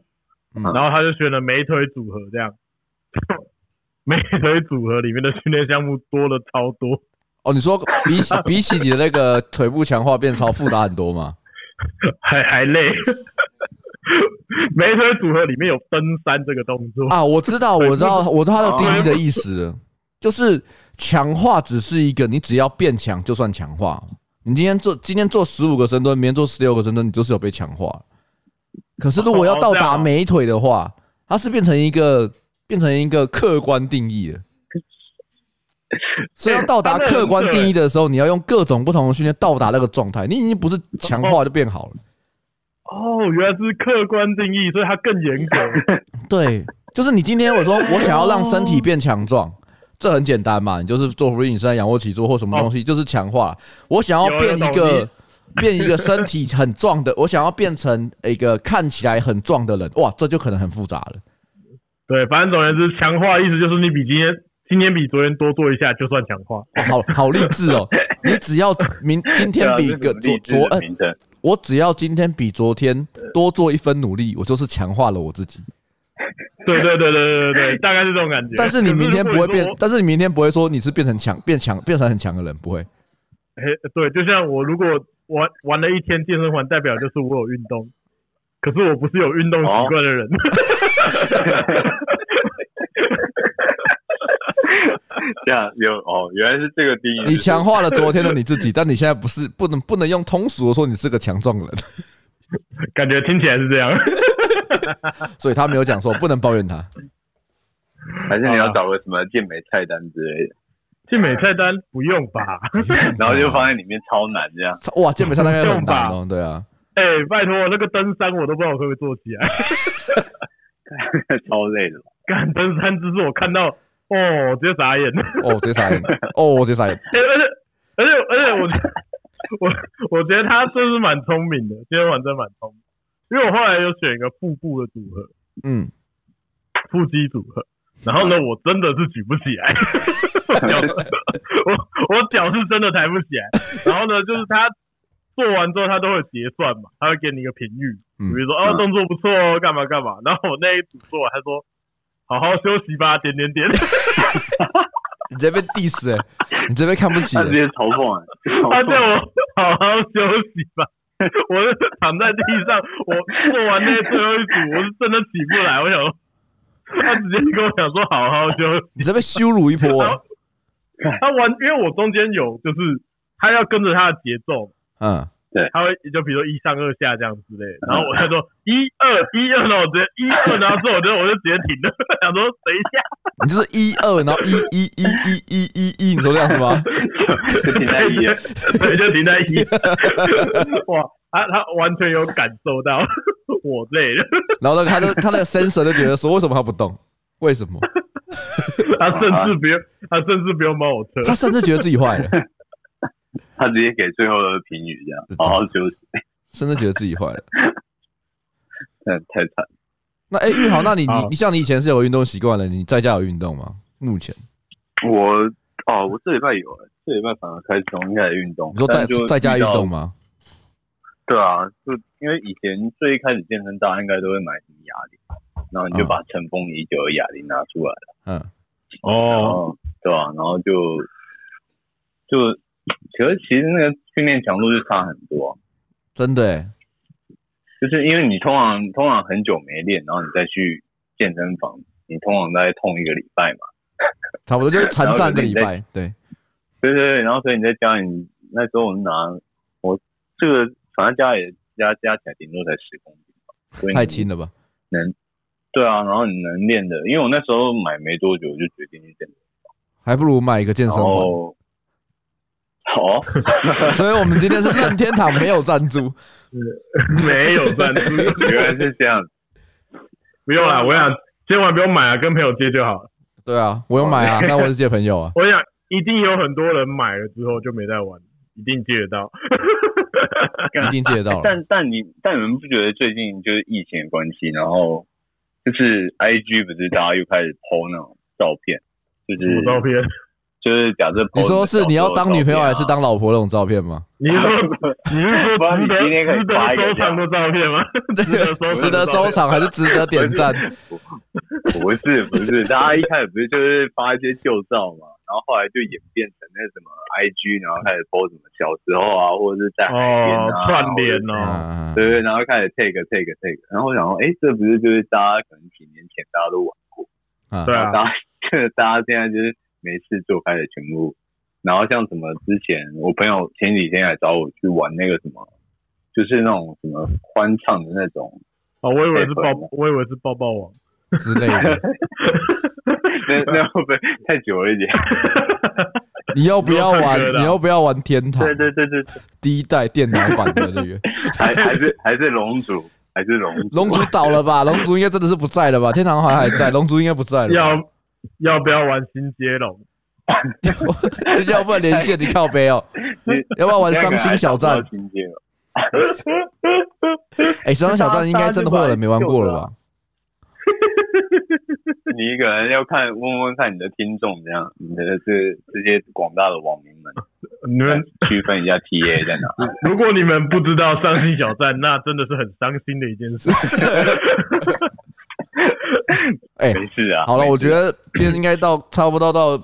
Speaker 1: 嗯
Speaker 2: 然后他就选了美腿组合这样，美腿组合里面的训练项目多了超多，
Speaker 1: 哦，你说比起比起你的那个腿部强化变超复杂很多吗？
Speaker 2: 还还累。美腿组合里面有登山这个动作，
Speaker 1: 啊，我知 道，我知道，我知道他的
Speaker 2: 啊
Speaker 1: 定义的意思了，就是强化只是一个，你只要变强就算强化。你今天做今天做十五个深蹲，明天做十六个深蹲，你就是有被强化了。可是如果要到
Speaker 2: 哦这样
Speaker 1: 达
Speaker 2: 哦
Speaker 1: 美腿的话，它是变成一个变成一个客观定义了。所以要到达
Speaker 2: 它那个
Speaker 1: 客观
Speaker 2: 很
Speaker 1: 定义的时候，你要用各种不同的训练到达那个状态。你已经不是强化就变好了，
Speaker 2: 哦，原来是客观定义，所以它更严格。
Speaker 1: 对，就是你今天我说我想要让身体变强
Speaker 2: 哦
Speaker 1: 壮，这很简单嘛，你就是做俯卧撑、仰卧起坐或什么东西，就是强化。我想要
Speaker 2: 有
Speaker 1: 变一
Speaker 2: 有懂
Speaker 1: 个
Speaker 2: 你
Speaker 1: 变一个身体很壮的，我想要变成一个看起来很壮的人，哇，这就可能很复杂了。
Speaker 2: 对，反正总而言之，强化的意思就是你比今天今天比昨天多做一下就算强化。
Speaker 1: 哇好好励志哦！你只要明今
Speaker 3: 对
Speaker 1: 天
Speaker 3: 啊
Speaker 1: 比
Speaker 3: 这
Speaker 1: 个
Speaker 3: 是什
Speaker 1: 昨
Speaker 3: 么励志
Speaker 1: 昨
Speaker 3: 的
Speaker 1: 呃，
Speaker 3: 名称，
Speaker 1: 我只要今天比昨天多做一分努力，我就是强化了我自己。
Speaker 2: 对对对对对对 对， 大概是这种感觉。
Speaker 1: 但是你明天
Speaker 2: 可
Speaker 1: 不
Speaker 2: 是如
Speaker 1: 会
Speaker 2: 果你
Speaker 1: 变
Speaker 2: 说，
Speaker 1: 但是你明天不会说你是变成强变强变成很强的人，不会。
Speaker 2: 嘿，对，就像我如果玩玩了一天健身环，代表就是我有运动，可是我不是有运动习惯的人。
Speaker 3: 这样有哦，原来是这个定 义。
Speaker 1: 你强化了昨天的你自己，但你现在不是不能不能用通俗的说你是个强壮人，
Speaker 2: 感觉听起来是这样。
Speaker 1: 所以他没有讲说不能抱怨他。
Speaker 3: 还是你
Speaker 1: 啊
Speaker 3: 要找个什么健美菜单之类的，
Speaker 2: 健美菜单不用吧？
Speaker 3: 然后就放在里面超难这样。
Speaker 1: 哇，健美上大概很难哦，对啊，
Speaker 2: 哎、拜托，那个登山我都不知道我可不可以做起来。
Speaker 3: 超 累的吧。
Speaker 2: 干登山姿势，我看到哦，直接傻 眼。
Speaker 1: 哦，我直接傻眼，哦，我直接傻眼，
Speaker 2: 欸而且而且而且我觉得 我我觉得他真是蛮聪明的，今天晚真的蛮聪明，因为我后来有选一个腹部的组合，
Speaker 1: 嗯，
Speaker 2: 腹肌组合。然后呢，我真的是举不起来，我脚我 我脚是真的抬不起来。然后呢，就是他做完之后，他都会结算嘛，他会给你一个评语，
Speaker 1: 嗯
Speaker 2: 比如说哦
Speaker 3: 嗯
Speaker 2: 动作不错哦，干嘛干嘛。然后我那一组做完，他说好好休息吧，点点点。
Speaker 1: 你直接被 diss 哎、你直接被看不起、
Speaker 3: 他
Speaker 1: 欸
Speaker 3: 直，接嘲讽啊，
Speaker 2: 他叫
Speaker 3: 嘲讽
Speaker 2: 我好好休息吧。我是躺在地上，我做完那最后一组，我是真的起不来。我想说，他直接跟我讲说好好休息。
Speaker 1: 你直接被羞辱一波、欸，
Speaker 2: 他完，因为我中间有就是他要跟着他的节奏，
Speaker 1: 嗯，
Speaker 2: 他会就比如说一上二下这样之类的。然后我就说一二一二，然后我直接一二，然后之后我就我就直接停了，想说等一下，
Speaker 1: 你就是一二，然后一一一一一一一，你说这样子 吗？
Speaker 3: 就停在一了，
Speaker 2: 对，就停在一。哇，他他完全有感受到我累了。
Speaker 1: 然后那个他就他那个 sensor 就觉得说，为什么他不动？为什么？
Speaker 2: 他甚至不用，他甚至不用帮我测。
Speaker 1: 他甚至觉得自己坏了，
Speaker 3: 他直接给最后的评语这样哦
Speaker 1: 对，
Speaker 3: 好好休息，
Speaker 1: 甚至觉得自己坏了。
Speaker 3: 那呃太惨。
Speaker 1: 那哎，玉豪，那你你
Speaker 2: 好
Speaker 1: 你像你以前是有运动习惯的，你在家有运动吗？目前
Speaker 3: 我哦，我这礼拜有欸，这礼拜反而开始重新开始运动。
Speaker 1: 你说在
Speaker 3: 但就
Speaker 1: 在家
Speaker 3: 遇
Speaker 1: 运
Speaker 3: 到
Speaker 1: 动？吗？
Speaker 3: 对啊，就因为以前最一开始健身，大家应该都会买什么哑铃，然后你就
Speaker 1: 嗯
Speaker 3: 把尘封已久的哑铃拿出来，
Speaker 1: 嗯，
Speaker 2: 哦，
Speaker 3: 然后对啊，然后就就可是其实那个训练强度就差很多啊、
Speaker 1: 真的欸，
Speaker 3: 就是因为你通常通常很久没练，然后你再去健身房，你通常大概痛一个礼拜嘛。
Speaker 1: 差不多就是残障一个礼
Speaker 3: 然后
Speaker 1: 拜，对，
Speaker 3: 对对对，然后所以你在家里那时候我们拿我这个反正家里加加起来顶多才十公斤吧，所以
Speaker 1: 太轻
Speaker 3: 了。
Speaker 1: 了吧？
Speaker 3: 能对啊，然后你能练的，因为我那时候买没多久我就决定去健身，
Speaker 1: 还不如买一个健
Speaker 3: 然
Speaker 1: 身房。
Speaker 3: 后哦好、
Speaker 1: 所以我们今天是任天堂没有赞助，
Speaker 2: 没有赞助，
Speaker 3: 原来是这样，
Speaker 2: 不用啦，我想今晚不用买啊，跟朋友借就好了。
Speaker 1: 对啊，我有买啊，那我是借朋友 啊。
Speaker 2: 我想一定有很多人买了之后就没在玩，一定借得到。
Speaker 1: 一定借得到了。
Speaker 3: 但但你但你们不觉得最近就是疫情的关系，然后就是 I G 不是大家又开始 PO 那种照片，就是
Speaker 2: 我照片，
Speaker 3: 就是假设 po
Speaker 1: 你说是你
Speaker 3: 哦
Speaker 1: 要当
Speaker 3: 啊
Speaker 1: 女朋友还是当老婆那种照片吗？
Speaker 2: 你是说你是说
Speaker 3: 不然
Speaker 2: 值
Speaker 3: 你
Speaker 2: 得
Speaker 3: 今天可以
Speaker 2: 值得
Speaker 3: 发一个
Speaker 2: 收藏的照片吗？ 值得收藏的
Speaker 1: 值得收。藏还
Speaker 2: 照片
Speaker 1: 是值得点赞？
Speaker 3: 不是不是，大家一开始不是就是发一些旧照嘛，然后后来就演变成那什么 IG，然后开始 PO 什么小时候啊，或者是在海边
Speaker 2: 哦，
Speaker 3: 啊，
Speaker 2: 串联
Speaker 1: 嗯
Speaker 2: 哦，
Speaker 1: 嗯，嗯
Speaker 3: 对对，然后开始 take take take，然后我想说，哎，这不是就是大家可能几年前大家都玩，
Speaker 1: 嗯
Speaker 2: 对啊，
Speaker 3: 大家 大家现在就是没事做，开始全部，然后像什么之前我朋友前几天来找我去玩那个什么，就是那种什么欢唱的那种，
Speaker 2: 哦，我以为是抱
Speaker 3: 太狠了，
Speaker 2: 我以为是抱抱王。
Speaker 1: 之类的。
Speaker 3: 那那会不会太久了一点？
Speaker 1: 你要不要玩
Speaker 2: 你有看歌？的啊
Speaker 1: 你要不要玩天堂
Speaker 3: 对对对对，对
Speaker 1: 第一代电脑版的那个？
Speaker 3: 还还是还是龙族，还是龙族啊
Speaker 1: 龙族倒了吧？龙族应该真的是不在了吧？天堂好像还在，龙族应该不在了吧。
Speaker 2: 要要不要玩新接龙？
Speaker 1: 要要不然连线你靠背哦， 要不要玩伤心小站？
Speaker 3: 情节了，
Speaker 1: 哎，伤心小站应该真的会有人没玩过了吧？
Speaker 3: 你一个人要看问问看你的听众怎样，你的这这些广大的网民们，
Speaker 2: 你们
Speaker 3: 区分一下 TA 在哪。
Speaker 2: 如果你们不知道伤心小站，那真的是很伤心的一件 事。
Speaker 1: 哎，
Speaker 3: 没事啊，
Speaker 1: 好了，
Speaker 3: 没事
Speaker 1: 我觉得今天应该到差不多到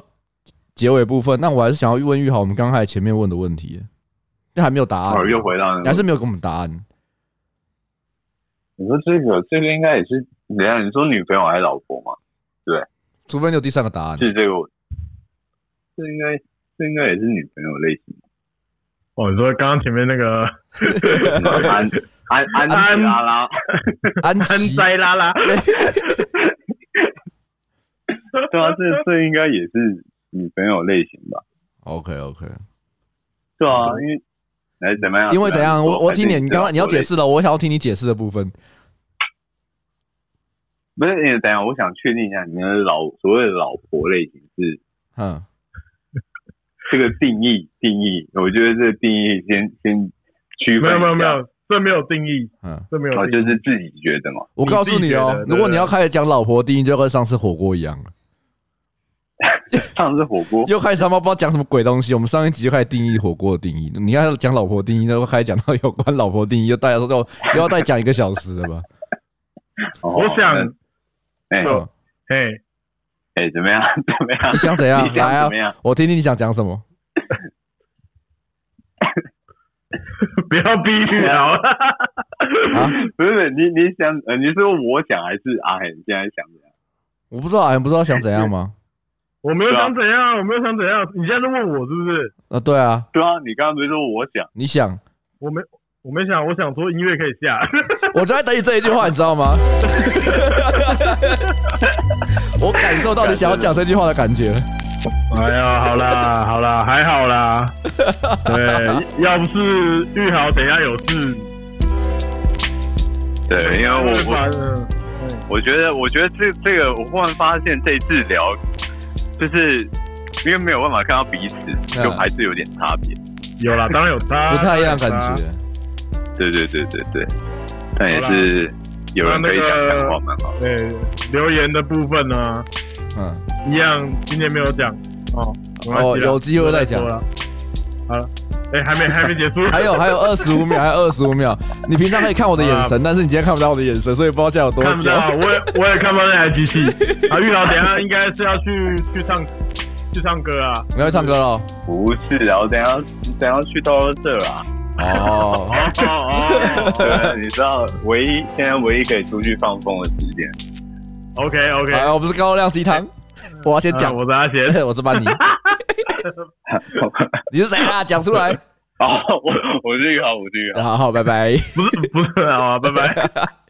Speaker 1: 结尾部分，那我还是想要问玉豪我们刚才前面问的问题，那还没有答案
Speaker 3: 哦，又回到
Speaker 1: 你啊还
Speaker 3: 那个，
Speaker 1: 是没有给我们答案。
Speaker 3: 你说这个这个应该也是，你看你说女朋友还是老婆嘛？
Speaker 1: 除非你有第三个答案，
Speaker 3: 是这个我，这应该这应该也是女朋友类型，
Speaker 2: 哦，你说刚刚前面那 个
Speaker 3: 安安安吉拉拉，
Speaker 1: 安
Speaker 2: 安
Speaker 1: 琪，
Speaker 2: 塞拉 拉，
Speaker 3: 对啊，这这应该也是女朋友类型吧？
Speaker 1: OK OK，
Speaker 3: 对啊，因为还是怎么样？
Speaker 1: 嗯
Speaker 3: 哎
Speaker 1: 因为怎样，我我听你，你刚刚你要解
Speaker 3: 释，
Speaker 1: 释了，我想要听你解释的部分。
Speaker 3: 不是？你等一下，我想确定一下，你的老所谓的老婆类型是
Speaker 1: 嗯，
Speaker 3: 这个定义定义，我觉得这个定义先先区
Speaker 2: 没有
Speaker 3: 分
Speaker 2: 没有
Speaker 3: 一
Speaker 2: 没
Speaker 3: 下，
Speaker 2: 有，这没有定义，
Speaker 1: 嗯，
Speaker 2: 这没有
Speaker 3: 哦，
Speaker 2: 定义。
Speaker 3: 就是自己觉得嘛。
Speaker 1: 我告诉你哦、
Speaker 2: 你自己觉得
Speaker 1: 如果你
Speaker 2: 对
Speaker 1: 要开始讲老婆定义，就跟上次火锅一样了，
Speaker 3: 上次火锅，
Speaker 1: 又开始他妈不知道讲什么鬼东西。我们上一集就开始定义火锅的定义，你要讲老婆定义，又开始讲到有关老婆定义，又大家 说又又要再讲一个小时了吧？
Speaker 3: 哦
Speaker 2: 我想，
Speaker 3: 那哎
Speaker 1: 嗯
Speaker 2: 哎，
Speaker 3: 哎，怎么样？ 怎么样
Speaker 1: 你？想怎样？
Speaker 3: 你
Speaker 1: 来
Speaker 3: 想
Speaker 1: 啊
Speaker 3: 怎么，样？
Speaker 1: 我听听你想讲什么。
Speaker 2: 不要逼你哦好了，
Speaker 1: 啊
Speaker 3: 不是你你想，呃，你是问我想还是阿海现在想怎样？
Speaker 1: 我不知道，俺哎不知道想怎样吗？
Speaker 2: 我没有
Speaker 3: 对啊
Speaker 2: 想怎样，我没有想怎样，你现在在问我是不是？
Speaker 1: 啊，对啊，
Speaker 3: 对啊，你刚刚不是说我想？
Speaker 1: 你想，
Speaker 2: 我没我没想，我想说音乐可以下，
Speaker 1: 我就在等你这一句话，你知道 吗？我感受到你想要讲这句话的感觉。
Speaker 2: 哎呀，好啦好啦，还 好啦，对，要不是玉豪等一下有 事，
Speaker 3: 对，因为我我
Speaker 2: 不然呢
Speaker 3: 我觉得，我觉得这这个，我忽然发现这一次聊，就是因为没有办法看到彼此，
Speaker 1: 嗯
Speaker 3: 就还是有点差别。
Speaker 2: 有啦，当然有他，
Speaker 1: 不太一样感
Speaker 2: 当然有
Speaker 1: 觉
Speaker 2: 差。。
Speaker 3: 对对对对对，但也是有人可以讲讲话蛮好的。
Speaker 2: 对，留言的部分呢，
Speaker 1: 嗯，
Speaker 2: 一样今天没有讲哦，没关系啦
Speaker 1: 哦有机会再讲
Speaker 2: 说啦好了，哎，还没还没结束，
Speaker 1: 还有还有二十五秒，还有二十五秒。你平常可以看我的眼神，但是你今天看不到我的眼神，所以不知道现在有多
Speaker 2: 啊看不
Speaker 1: 久。
Speaker 2: 到，我也我也看不到那台 机器。啊，玉老，等一下应该是要去去唱去唱歌啊。
Speaker 1: 你要去唱歌喽？
Speaker 3: 不是啊，我等一下等一下去到这啦。
Speaker 1: 哦
Speaker 2: 哦，哦
Speaker 3: 对啊，你知道，唯一现在唯一可以出去放风的时间。
Speaker 2: 哦，OK OK，
Speaker 1: 哎，我不是高亮鸡汤，我要先讲。
Speaker 2: 啊我是阿 贤，
Speaker 1: 我是班尼，你是谁啊？讲出 来。
Speaker 3: 哦，我我是玉豪，我是玉豪。
Speaker 1: 好好，拜拜。
Speaker 2: 不是不是，好啊，拜拜。